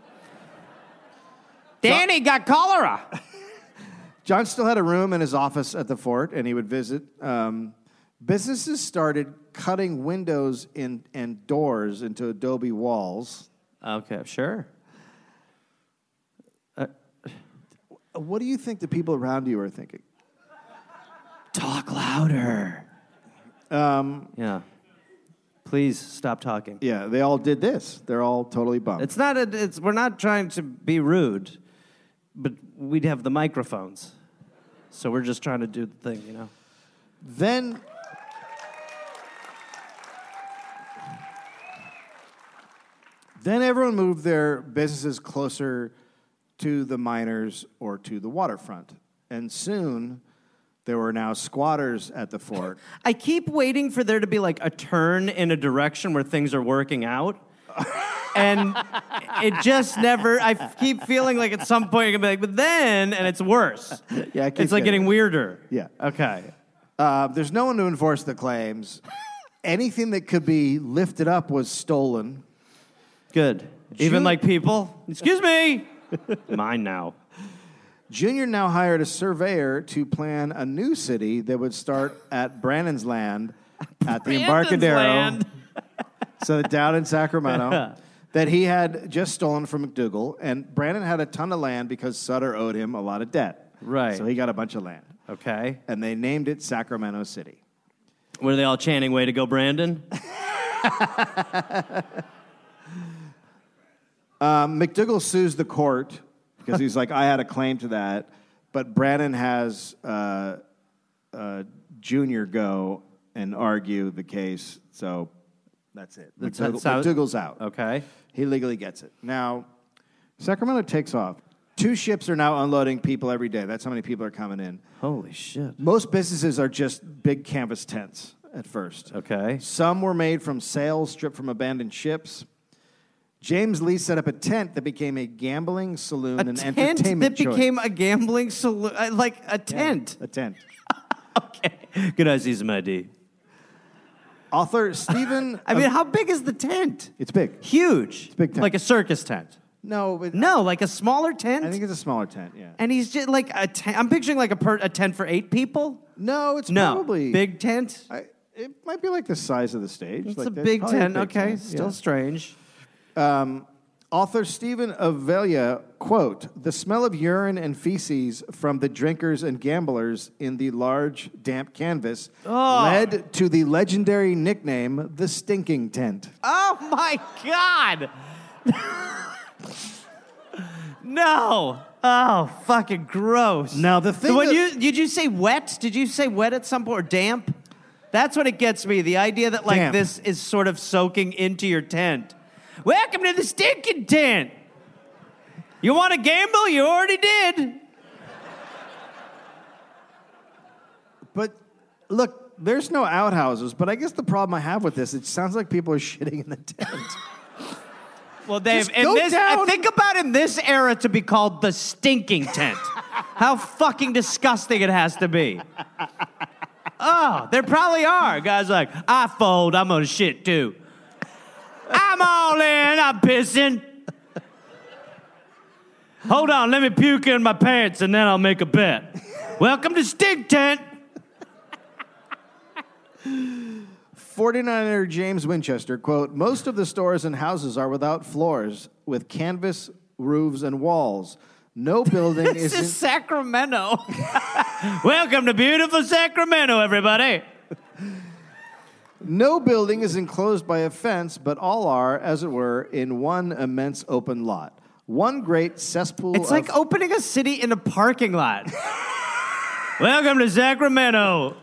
D: Danny got cholera.
B: John still had a room in his office at the fort, and he would visit. Um, businesses started cutting windows in, and doors into adobe walls.
E: Okay, sure.
B: What do you think the people around you are thinking?
E: Talk louder. Um, yeah. Please stop talking.
B: Yeah, they all did this. They're all totally bummed.
E: It's not. A, it's we're not trying to be rude, but we'd have the microphones, so we're just trying to do the thing, you know.
B: Then. Then everyone moved their businesses closer to the miners or to the waterfront. And soon there were now squatters at the fort.
E: I keep waiting for there to be like a turn in a direction where things are working out. and it just never, I f- keep feeling like at some point you're gonna be like, but then, and it's worse.
B: Yeah, I keep
E: it's like
B: getting
E: getting weirder.
B: Yeah.
E: Okay.
B: Uh, there's no one to enforce the claims. Anything that could be lifted up was stolen.
E: Good. Even
B: Ju-
E: like people, excuse me, mine now.
B: Junior now hired a surveyor to plan a new city that would start at Brannan's Land at the Embarcadero.
E: Brandon's land.
B: so down in Sacramento that he had just stolen from McDougal, and Brandon had a ton of land because Sutter owed him a lot of debt.
E: Right.
B: So he got a bunch of land,
E: Okay.
B: and they named it Sacramento City.
E: Were they all chanting, way to go, Brandon?
B: Um, McDougall sues the court because he's like, I had a claim to that, but Brannon has uh, uh, Junior go and argue the case. So that's it. McDougall,
E: that's how-
B: McDougall's out.
E: Okay.
B: He legally gets it. Now, Sacramento takes off. Two ships are now unloading people every day. That's how many people are coming in.
E: Holy shit.
B: Most businesses are just big canvas tents at first.
E: Okay.
B: Some were made from sails stripped from abandoned ships. James Lee set up a tent that became a gambling saloon
E: a
B: and
E: tent that
B: entertainment
E: became a gambling saloon, uh, like a tent.
B: choice. a tent.
E: Okay. Can I see some ID?
B: Author Stephen. uh,
E: I mean, how big is the tent?
B: it's big.
E: Huge.
B: big tent.
E: Um, Like a circus tent.
B: No, but
E: No, like a smaller tent.
B: I think it's a smaller tent. Yeah.
E: and he's just like a tent. I'm picturing like a, per- a tent for eight people.
B: No, it's
E: No.
B: probably
E: Big tent.
B: I, it might be like the size of the stage.
E: It's
B: like
E: a
B: that's
E: big
B: probably a
E: tent. okay.
B: tent,
E: Still
B: yeah.
E: strange.
B: Author Stephen Avelia, quote, the smell of urine and feces from the drinkers and gamblers in the large, damp canvas led to the legendary nickname, the stinking tent.
E: Oh my God. no. Oh, fucking gross.
B: Now, the thing
E: when
B: that-
E: you did you say wet? Did you say wet at some point or damp? That's what it gets me. The idea that like
B: Damp.
E: this is sort of soaking into your tent. Welcome to the stinking tent. You want to gamble? You already did.
B: But look, there's no outhouses, but I guess the problem I have with this, it sounds like people are shitting in the tent.
E: Well, Dave,
B: Just
E: in
B: go
E: this, I
B: down.
E: think about in this era to be called the stinking tent. How fucking disgusting it has to be. Oh, there probably are guys like I fold. I'm gonna shit too. I'm all in. I'm pissing. Hold on, let me puke in my pants and then I'll make a bet. Welcome to Stink Tent.
B: 49er James Winchester, quote, most of the stores and houses are without floors, with canvas roofs and walls. No building
E: This
B: in-
E: is Sacramento. Welcome to beautiful Sacramento, everybody.
B: No building is enclosed by a fence, but all are, as it were, in one immense open lot. One great cesspool.
E: It's like
B: of-
E: opening a city in a parking lot. Welcome to Sacramento.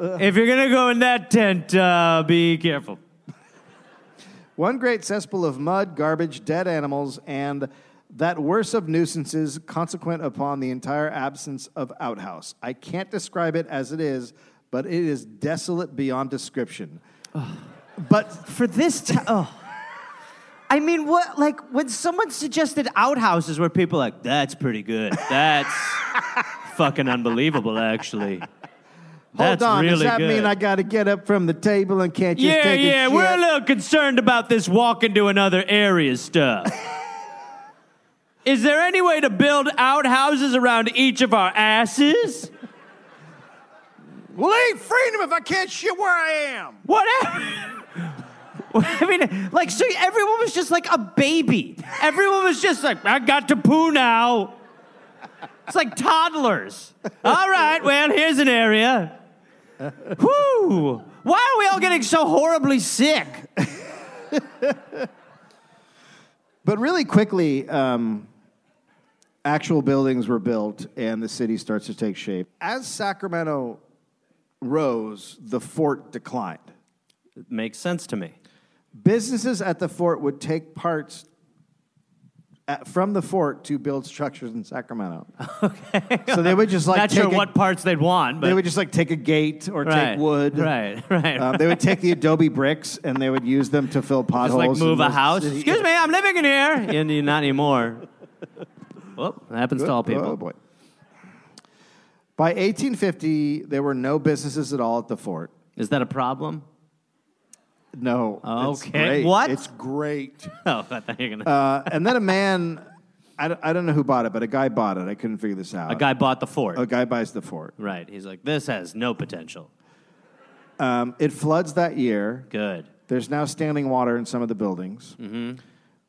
E: if you're gonna go in that tent, uh, be careful.
B: one great cesspool of mud, garbage, dead animals, and that worst of nuisances consequent upon the entire absence of outhouse. I can't describe it as it is, but it is desolate beyond description. but
E: For this, t- oh, I mean, what? Like when someone suggested outhouses, where people are like, that's pretty good. That's fucking unbelievable, actually.
B: hold
E: That's
B: on,
E: really
B: does that
E: good.
B: mean I got to get up from the table and can't just
E: yeah,
B: take a
E: yeah,
B: shit?
E: we're a little concerned about this walk into another area stuff. Is there any way to build outhouses around each of our asses?
C: Well, ain't freedom if I can't shit where I am.
E: Whatever. I mean, like, so everyone was just like a baby. Everyone was just like, I got to poo now. It's like toddlers. All right, well, here's an area. Whoo! Why are we all getting so horribly sick?
B: But really quickly, um, actual buildings were built and the city starts to take shape. As Sacramento rose, the fort declined.
E: It makes sense to me.
B: Businesses at the fort would take parts at, from the fort to build structures in Sacramento. Okay. So they would just like
E: Not
B: take
E: sure
B: a-
E: what parts they'd want, but
B: they would just like take a gate or
E: Right,
B: take wood.
E: Right, right.
B: Um, they would take the adobe bricks and they would use them to fill
E: just
B: potholes.
E: like move
B: in
E: a
B: the
E: house.
B: city.
E: Excuse me, I'm living in here. and you- not anymore. Well, that happens to all people.
B: Oh boy. By 1850, there were no businesses at all at the fort.
E: Is that a problem?
B: No. It's
E: Okay.
B: great.
E: What?
B: It's great.
E: Oh, I thought you were gonna.
B: Uh, and then a man, I don't, I don't know who bought it, but a guy bought it. I couldn't figure this out.
E: a guy bought the fort.
B: A guy buys the fort.
E: Right. He's like, this has no potential.
B: Um, it floods that year.
E: Good.
B: There's now standing water in some of the buildings.
E: Mm-hmm.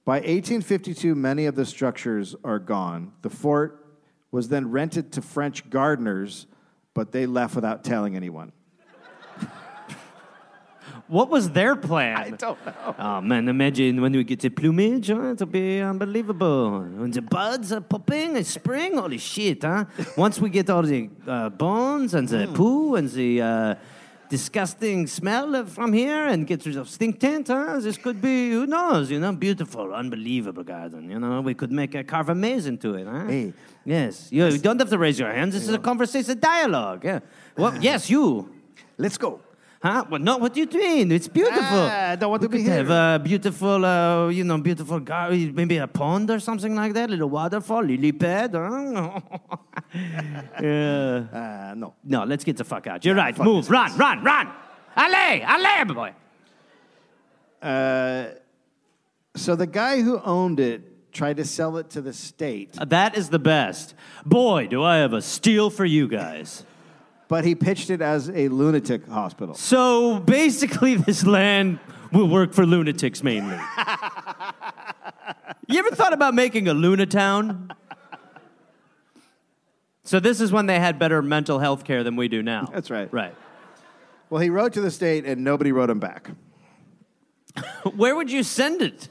B: By 1852, many of the structures are gone. The fort was then rented to French gardeners, but they left without telling anyone.
E: What was their plan? I don't know. Oh man, imagine when we get the plumage, huh? it'll be unbelievable. When the buds are popping in spring, holy shit, huh? Once we get all the uh, bones and the poo and the uh, disgusting smell of- from here and get rid of stink tent, huh? This could be, who knows, you know, beautiful, unbelievable garden, you know? We could make a carve a maze into it, huh?
B: Hey.
E: Yes, you, you don't have to raise your hands. This is a conversation, dialogue. Yeah. Well, yes, you.
B: Let's go.
E: Huh? Well, no, what do you mean? It's beautiful.
B: Ah, I don't want
E: we
B: to be
E: could
B: here.
E: have a beautiful, uh, you know, beautiful gar- maybe a pond or something like that, little waterfall, lily pad. Huh? yeah.
B: Uh, no.
E: No, let's get the fuck out. You're right. Move, run, run, run. Allez, allez, my boy.
B: So the guy who owned it tried to sell it to the state,
E: That is the best. Boy, do I have a steal for you guys.
B: but he pitched it as a lunatic hospital.
E: So basically, this land will work for lunatics mainly. you ever thought about making a lunatown? So this is when they had better mental health care than we do now.
B: That's right.
E: Right.
B: Well, he wrote to the state and nobody wrote him back.
E: Where would you send it?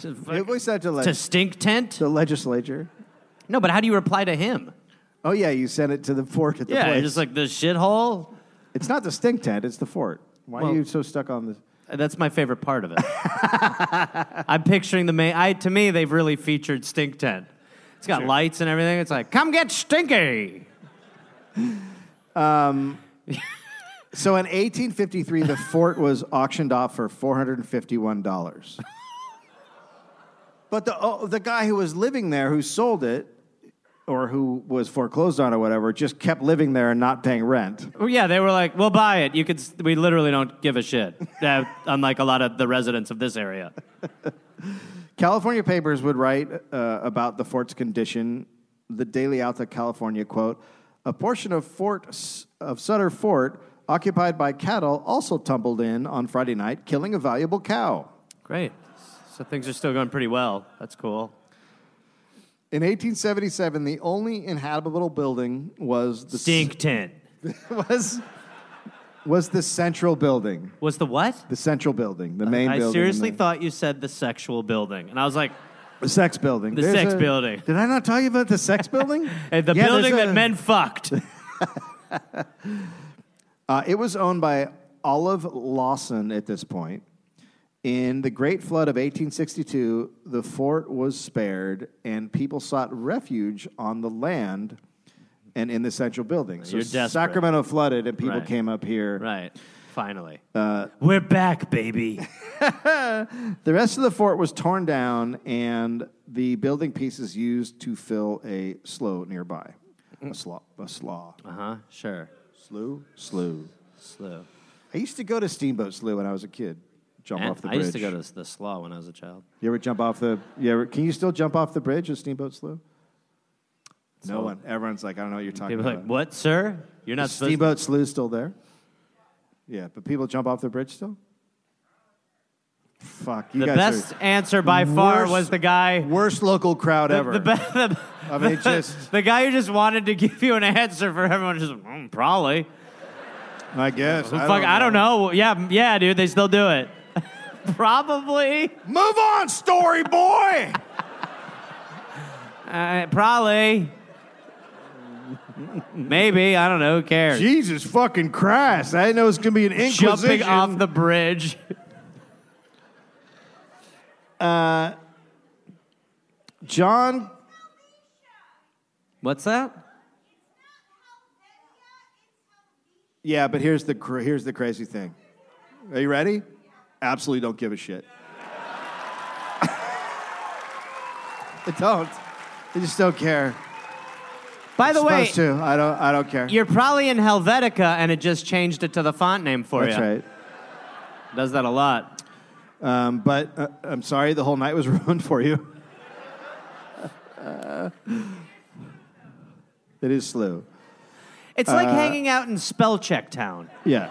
E: to,
B: It was sent to, leg-
E: to stink tent?
B: the legislature.
E: No, but how do you reply to him?
B: Oh, yeah, you sent it to the fort at the
E: yeah,
B: place.
E: just like this shithole.
B: it's not the stink tent, it's the fort. Why
E: Well-
B: are you so stuck on this?
E: That's my favorite part of it. I'm picturing the main. I to me, they've really featured Stink Tent. It's got lights and everything. It's like, come get stinky.
B: So in 1853, the fort was auctioned off for $451. but the, oh, the guy who was living there, who sold it, or who was foreclosed on or whatever, just kept living there and not paying rent.
E: Well, yeah, they were like, we'll buy it. You could. s- We literally don't give a shit. Uh, unlike a lot of the residents of this area.
B: California papers would write uh, about the fort's condition. The Daily Out of California quote: "A portion of Fort of Sutter Fort, occupied by cattle, also tumbled in on Friday night, killing a valuable cow."
E: Great. So things are still going pretty well. That's cool.
B: In 1877, the only inhabitable building was the
E: Stink Tent
B: was was the central building,
E: was the what?
B: the central building, the main
E: I
B: building.
E: seriously
B: and the,
E: thought you said the sexual building, and I was like,
B: the sex building.
E: The sex building.
B: Did I not tell you about the sex building?
E: "Hey, the
B: Yeah, there's
E: building that
B: a-
E: men fucked.
B: Uh, it was owned by Olive Lawson at this point. In the Great Flood of 1862, the fort was spared, and people sought refuge on the land and in the central building. So
E: You're desperate.
B: Sacramento flooded, and people
E: Right.
B: came up here.
E: right. Finally.
B: Uh,
E: We're back, baby.
B: The rest of the fort was torn down, and the building pieces used to fill a slough nearby. A slough. A slough.
E: Uh huh. Sure.
B: Slough? Slough.
E: Slow.
B: I used to go to Steamboat Slough when I was a kid. Jump
E: Man,
B: off the
E: Eh, I
B: bridge.
E: used to go to the slaw when I was a child.
B: You ever jump off the? You ever, can you still jump off the bridge at Steamboat Slough? No one. Everyone's like, I don't know what you're talking
E: People were
B: about.
E: like, "What, sir? You're not
B: Is
E: supposed."
B: Steamboat Slough still there? Yeah, but people jump off the bridge still. Fuck, you
E: the
B: guys
E: best
B: are
E: answer by far
B: worst-
E: was the guy.
B: worst local crowd
E: The,
B: ever.
E: the, be- the,
B: I mean,
E: the-
B: just-
E: the guy who just wanted to give you an answer for everyone. Just mm, probably.
B: I guess.
E: Fuck, I don't know. Yeah, m- yeah, dude, they still do it. probably.
C: Move on, story boy!
E: Uh, probably. Maybe I don't know. Who cares?
B: Jesus fucking Christ! I didn't know it was gonna be an inquisition.
E: Jumping off the bridge.
B: John
E: What's that?
B: Yeah, but here's the cra- here's the crazy thing. Are you ready? Absolutely don't give a shit. I don't. I just don't care.
E: By the way,
B: Supposed to. I don't. I don't care.
E: You're probably in Helvetica and it just changed it to the font name for
B: That's
E: you.
B: right.
E: Does that a lot.
B: Um, but uh, I'm sorry, the whole night was ruined for you. it is slow.
E: It's
B: Uh,
E: like hanging out in Spellcheck Town.
B: Yeah.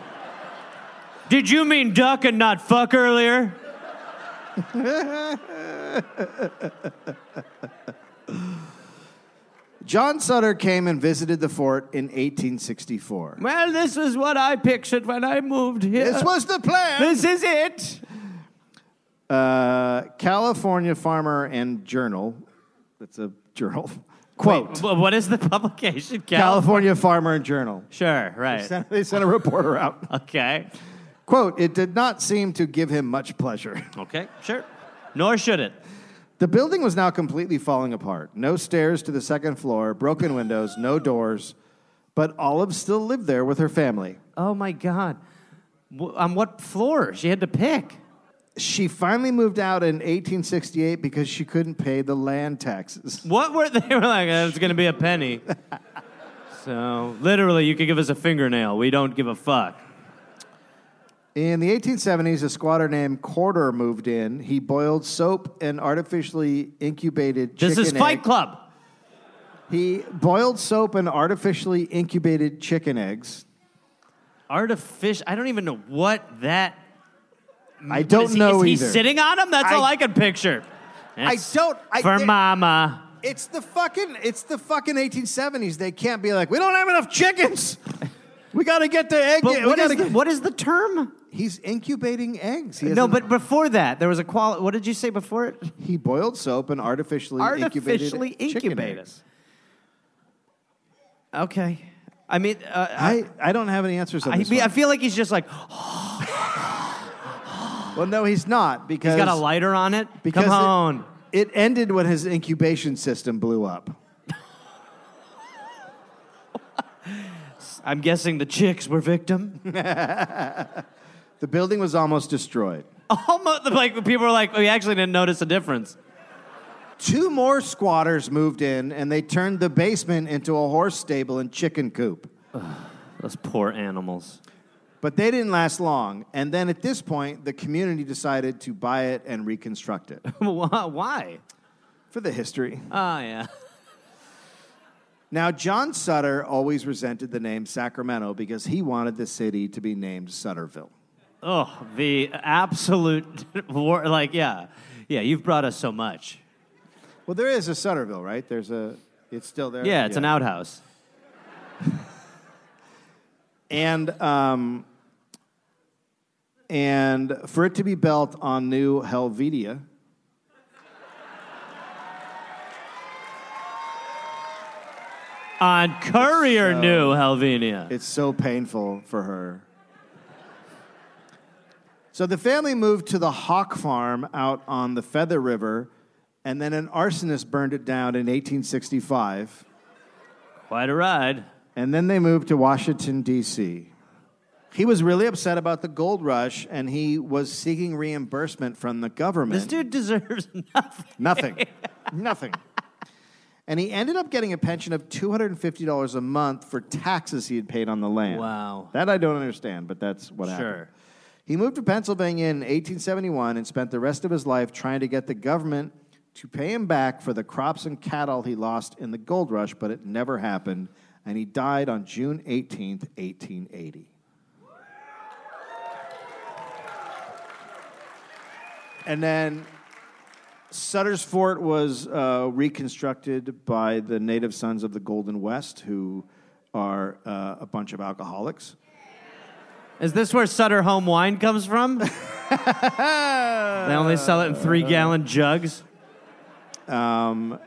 E: Did you mean duck and not fuck earlier?
B: John Sutter came and visited the fort in 1864.
E: Well, this is what I pictured when I moved here.
B: This was the plan.
E: This is it.
B: Uh, California Farmer and Journal. That's a journal. Quote.
E: Wh- What is the publication? Cal?
B: California Farmer and Journal.
E: sure, right.
B: Sent- They sent a reporter out.
E: Okay.
B: Quote, it did not seem to give him much pleasure.
E: Okay, sure. Nor should it.
B: The building was now completely falling apart. No stairs to the second floor, broken windows, no doors. But Olive still lived there with her family.
E: Oh my God. W- on what floor? She had to pick.
B: She finally moved out in 1868 because she couldn't pay the land taxes.
E: What were they? were like, "Uh, it's going to be a penny. so, literally, you could give us a fingernail. We don't give a fuck.
B: In the 1870s, a squatter named Corder moved in. He boiled soap and artificially incubated
E: This
B: chicken
E: is Fight
B: egg-
E: Club.
B: He boiled soap and artificially incubated chicken eggs.
E: Artificial. I don't even know what that.
B: I don't
E: Mm. is he,
B: know
E: Is
B: either.
E: he sitting on him? That's
B: I-
E: all I could picture. That's
B: don't- I-
E: for
B: there-
E: mama.
B: It's the fucking it's the fucking 1870s. They can't be like, we don't have enough chickens. We got to get the egg.
E: But
B: we
E: what, is
B: gotta
E: the,
B: get-"
E: what is the term?
B: He's incubating eggs. He
E: No,
B: hasn't-
E: but before that, there was a qual. What did you say before it?
B: he boiled soap and artificially
E: Artificially
B: incubated chicken
E: incubated.
B: eggs.
E: Okay. I mean, uh, I.
B: I, I don't have any answers on
E: I,
B: this.
E: mean, I
B: one.
E: feel like he's just like "Oh,
B: well, no, he's not because
E: he's got a lighter on it.
B: because
E: Come
B: it-
E: on.
B: It ended when his incubation system blew up.
E: I'm guessing the chicks were victim.
B: The building was almost destroyed.
E: Almost like people were like, we actually didn't notice a difference.
B: Two more squatters moved in, and they turned the basement into a horse stable and chicken coop.
E: Those poor animals.
B: But they didn't last long. And then at this point, the community decided to buy it and reconstruct it
E: Why?
B: for the history.
E: Oh yeah.
B: Now, John Sutter always resented the name Sacramento because he wanted the city to be named Sutterville.
E: Oh, the absolute war. Like, yeah, yeah. You've brought us so much.
B: Well, there is a Sutterville, right? There's a, it's still there.
E: Yeah, it's an outhouse.
B: And, um, and for it to be built on new Helvetia,
E: On Courier New Helvenia.
B: It's so painful for her. So the family moved to the Hawk Farm out on the Feather River, and then an arsonist burned it down in 1865.
E: Quite a ride.
B: And then they moved to Washington, D.C. He was really upset about the gold rush, and he was seeking reimbursement from the government.
E: This dude deserves nothing.
B: Nothing. Nothing. And he ended up getting a pension of $250 a month for taxes he had paid on the land.
E: Wow.
B: That I don't understand, but that's what happened.
E: Sure.
B: He moved to Pennsylvania in 1871 and spent the rest of his life trying to get the government to pay him back for the crops and cattle he lost in the gold rush, but it never happened. And he died on June 18th, 1880. And then Sutter's Fort was uh, reconstructed by the Native Sons of the Golden West, who are uh, a bunch of alcoholics.
E: Is this where Sutter Home wine comes from? they only sell it in three gallon jugs.
B: and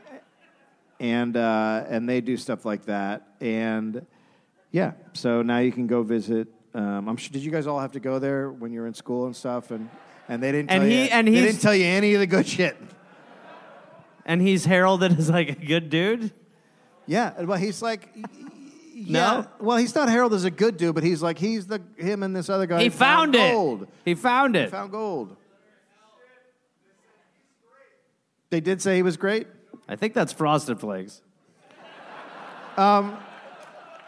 B: uh, and they do stuff like that. And yeah, so now you can go visit. Um, I'm sure. Did you guys all have to go there when you were in school and stuff? And and they didn't.
E: And
B: tell
E: he-
B: you,
E: and
B: they
E: he's-
B: didn't tell you any of the good shit.
E: And he's heralded as like a good dude.
B: Yeah. Well, he's like. y- y-
E: No?
B: Yeah. Well, he's not Harold as a good dude, but he's like he's the him and this other guy.
E: He found, it.
B: Gold.
E: He found it.
B: Found gold. They did say he was great.
E: I think that's Frosted Flakes.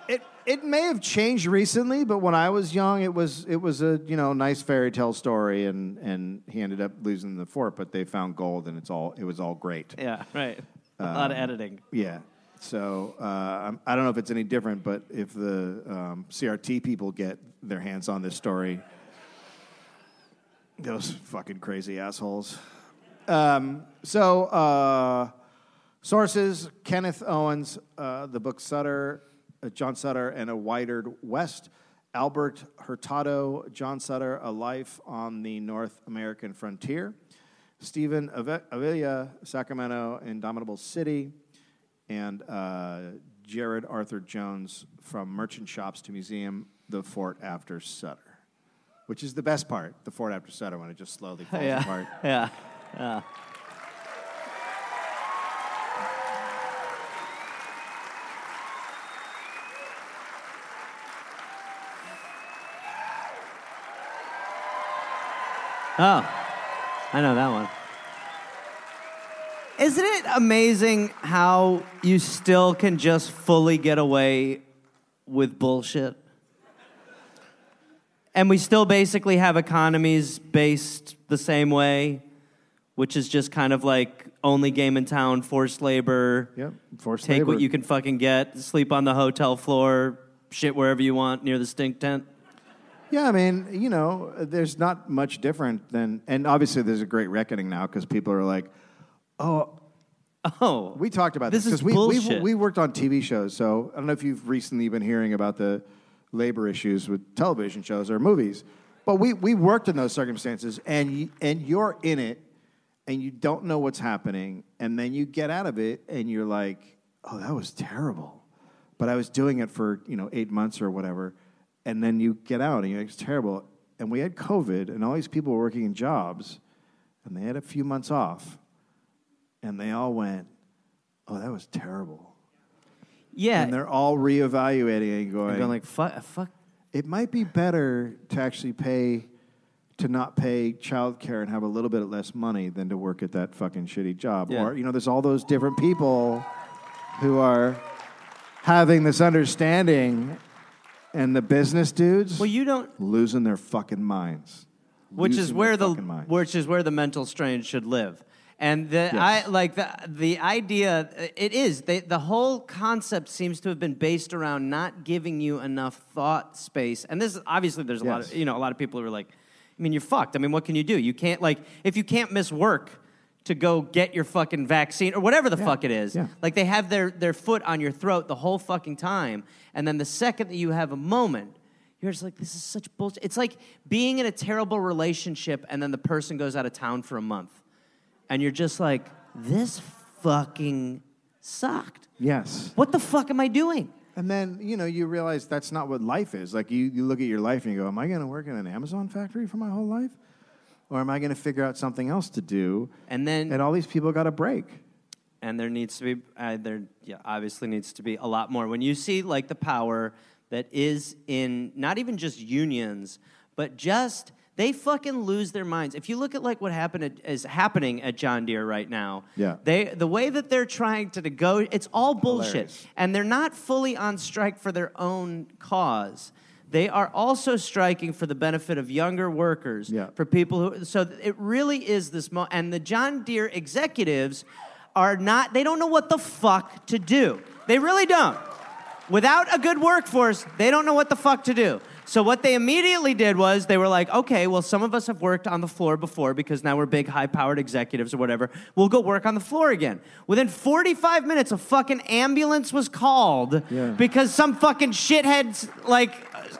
B: It it may have changed recently, but when I was young, it was it was a you know nice fairy tale story, and and he ended up losing the fort, but they found gold, and it's all it was all great.
E: Yeah, right. A lot of editing.
B: Yeah. So uh, I'm- I don't know if it's any different, but if the um, CRT people get their hands on this story, those fucking crazy assholes. Um, so uh, Sources Kenneth Owens, uh, the book Sutter, uh, John Sutter, and A Widered West. Albert Hurtado, John Sutter, A Life on the North American Frontier. Stephen Ave- Avila, Sacramento, Indomitable City. And uh, Jared Arthur Jones, From Merchant Shops to Museum, The Fort After Sutter. Which is the best part, the Fort After Sutter, when it just slowly falls apart.
E: Yeah. Oh, I know that one. Isn't it amazing how you still can just fully get away with bullshit? And we still basically have economies based the same way, which is just kind of like only game in town, forced labor.
B: Yep, forced
E: Take
B: labor.
E: what you can fucking get, sleep on the hotel floor, shit wherever you want near the stink tent.
B: Yeah, I mean, you know, there's not much different than, and obviously there's a great reckoning now because people are like,
E: Oh,
B: we talked about
E: This
B: this
E: is
B: we we
E: bullshit.
B: we worked on TV shows, so I don't know if you've recently been hearing about the labor issues with television shows or movies, but we we worked in those circumstances, and y- and you're in it, and you don't know what's happening, and then you get out of it, and you're like, oh, that was terrible, but I was doing it for you know eight months or whatever, and then you get out and you're like, it's terrible, and we had COVID, and all these people were working in jobs, and they had a few months off, and they all went. Oh, that was terrible.
E: yeah.
B: And they're all reevaluating and going,
E: I'm going like, fuck, fuck.
B: it might be better to actually pay, to not pay childcare and have a little bit less money than to work at that fucking shitty job.
E: Yeah.
B: Or, you know, there's all those different people who are having this understanding, and the business dudes
E: Well, you don't.
B: losing their fucking minds.
E: which
B: Losing
E: is
B: their
E: where the
B: fucking minds.
E: which is where the mental strain should live and the
B: Yes.
E: i like the the idea it is they, the whole concept seems to have been based around not giving you enough thought space and this is obviously there's a lot of
B: Yes.
E: you know a lot of people who are like i mean you're fucked i mean what can you do you can't like if you can't miss work to go get your fucking vaccine or whatever the fuck it is
B: yeah.
E: like they have their their foot on your throat the whole fucking time and then the second that you have a moment you're just like, this is such bullshit. It's like being in a terrible relationship and then the person goes out of town for a month. And you're just like, this fucking sucked.
B: Yes.
E: What the fuck am I doing?
B: And then, you know, you realize that's not what life is. Like, you, you look at your life and you go, Am I going to work in an Amazon factory for my whole life? Or am I going to figure out something else to do?
E: And then,
B: And all these people got a break.
E: and there needs to be, uh, there yeah, obviously needs to be a lot more. When you see like the power that is in not even just unions, but just they fucking lose their minds. If you look at like what happened at, is happening at John Deere right now,
B: Yeah.
E: they the way that they're trying to go, it's all bullshit.
B: Hilarious.
E: and they're not fully on strike for their own cause. They are also striking for the benefit of younger workers,
B: Yeah.
E: for people who. So it really is this. Mo- and the John Deere executives are not. They don't know what the fuck to do. They really don't. Without a good workforce, they don't know what the fuck to do. So what they immediately did was they were like, okay, well, some of us have worked on the floor before because now we're big, high-powered executives or whatever. We'll go work on the floor again. Within 45 minutes, a fucking ambulance was called
B: Yeah.
E: because some fucking shithead like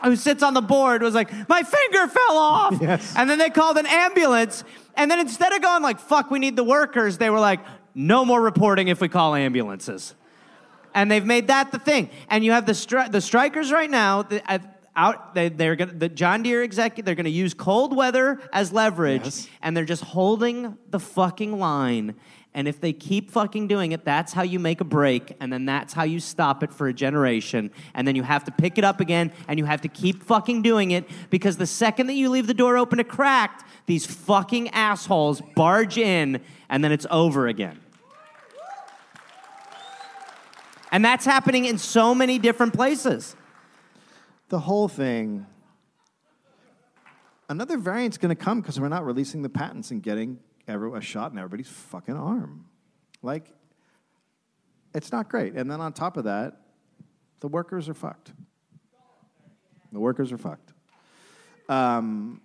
E: who sits on the board was like, my finger fell off.
B: Yes.
E: And then they called an ambulance. And then instead of going like, fuck, we need the workers, they were like, no more reporting if we call ambulances and they've made that the thing. And you have the stri- the strikers right now the, uh, out. They, they're gonna the John Deere executive. They're gonna use cold weather as leverage, and they're just holding the fucking line. And if they keep fucking doing it, that's how you make a break, and then that's how you stop it for a generation. And then you have to pick it up again, and you have to keep fucking doing it because the second that you leave the door open to cracked, these fucking assholes barge in, and then it's over again. And that's happening in so many different places.
B: The whole thing. Another variant's going to come because we're not releasing the patents and getting every, a shot in everybody's fucking arm. Like, it's not great. And then on top of that, the workers are fucked. The workers are fucked.
E: Hard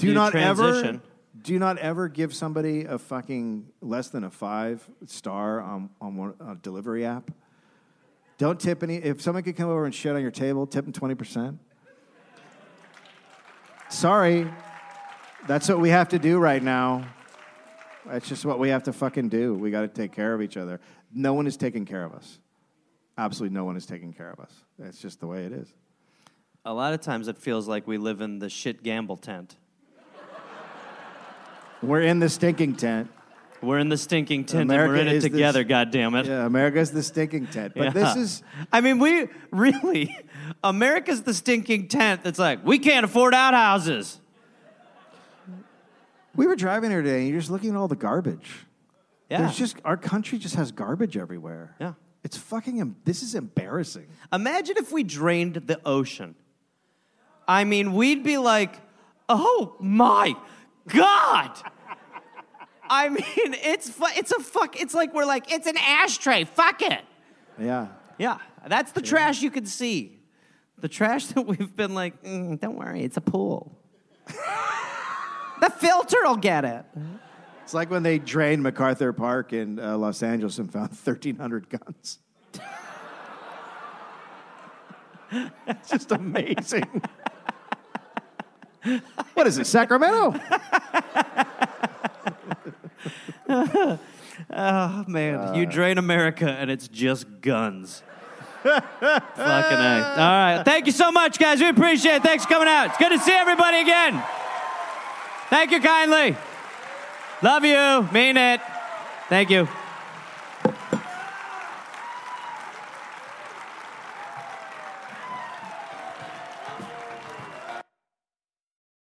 B: Do
E: to
B: not
E: transition.
B: ever do not ever give somebody a fucking less than a five star on, on one, a delivery app. Don't tip any. If someone could come over and shit on your table, tip them 20%. Sorry. That's what we have to do right now. That's just what we have to fucking do. We got to take care of each other. No one is taking care of us. Absolutely no one is taking care of us. That's just the way it is.
E: A lot of times it feels like we live in the shit gamble tent.
B: We're in the stinking tent.
E: We're in the stinking tent
B: America
E: and we're in it
B: is this-
E: together, goddammit.
B: Yeah, America's the stinking tent. But this
E: Yeah.
B: is
E: I mean, we really, America's the stinking tent that's like, we can't afford outhouses.
B: We were driving here today, and you're just looking at all the garbage.
E: Yeah.
B: There's just our country just has garbage everywhere.
E: Yeah.
B: It's fucking. em- This is embarrassing.
E: Imagine if we drained the ocean. I mean, we'd be like, oh my God. I mean, it's fu- it's a fuck. It's like we're like it's an ashtray. Fuck it.
B: Yeah.
E: Yeah, that's the trash you can see. The trash that we've been like, "Mm, don't worry, it's a pool. the filter will get it.
B: It's like when they drained MacArthur Park in uh, Los Angeles and found 1,300 guns. it's just amazing. what is it, Sacramento?
E: Oh man, you drain America and it's just guns. Fucking A. All right. Thank you so much, guys. We appreciate it. Thanks for coming out. It's good to see everybody again. Thank you kindly. Love you. Mean it. Thank you.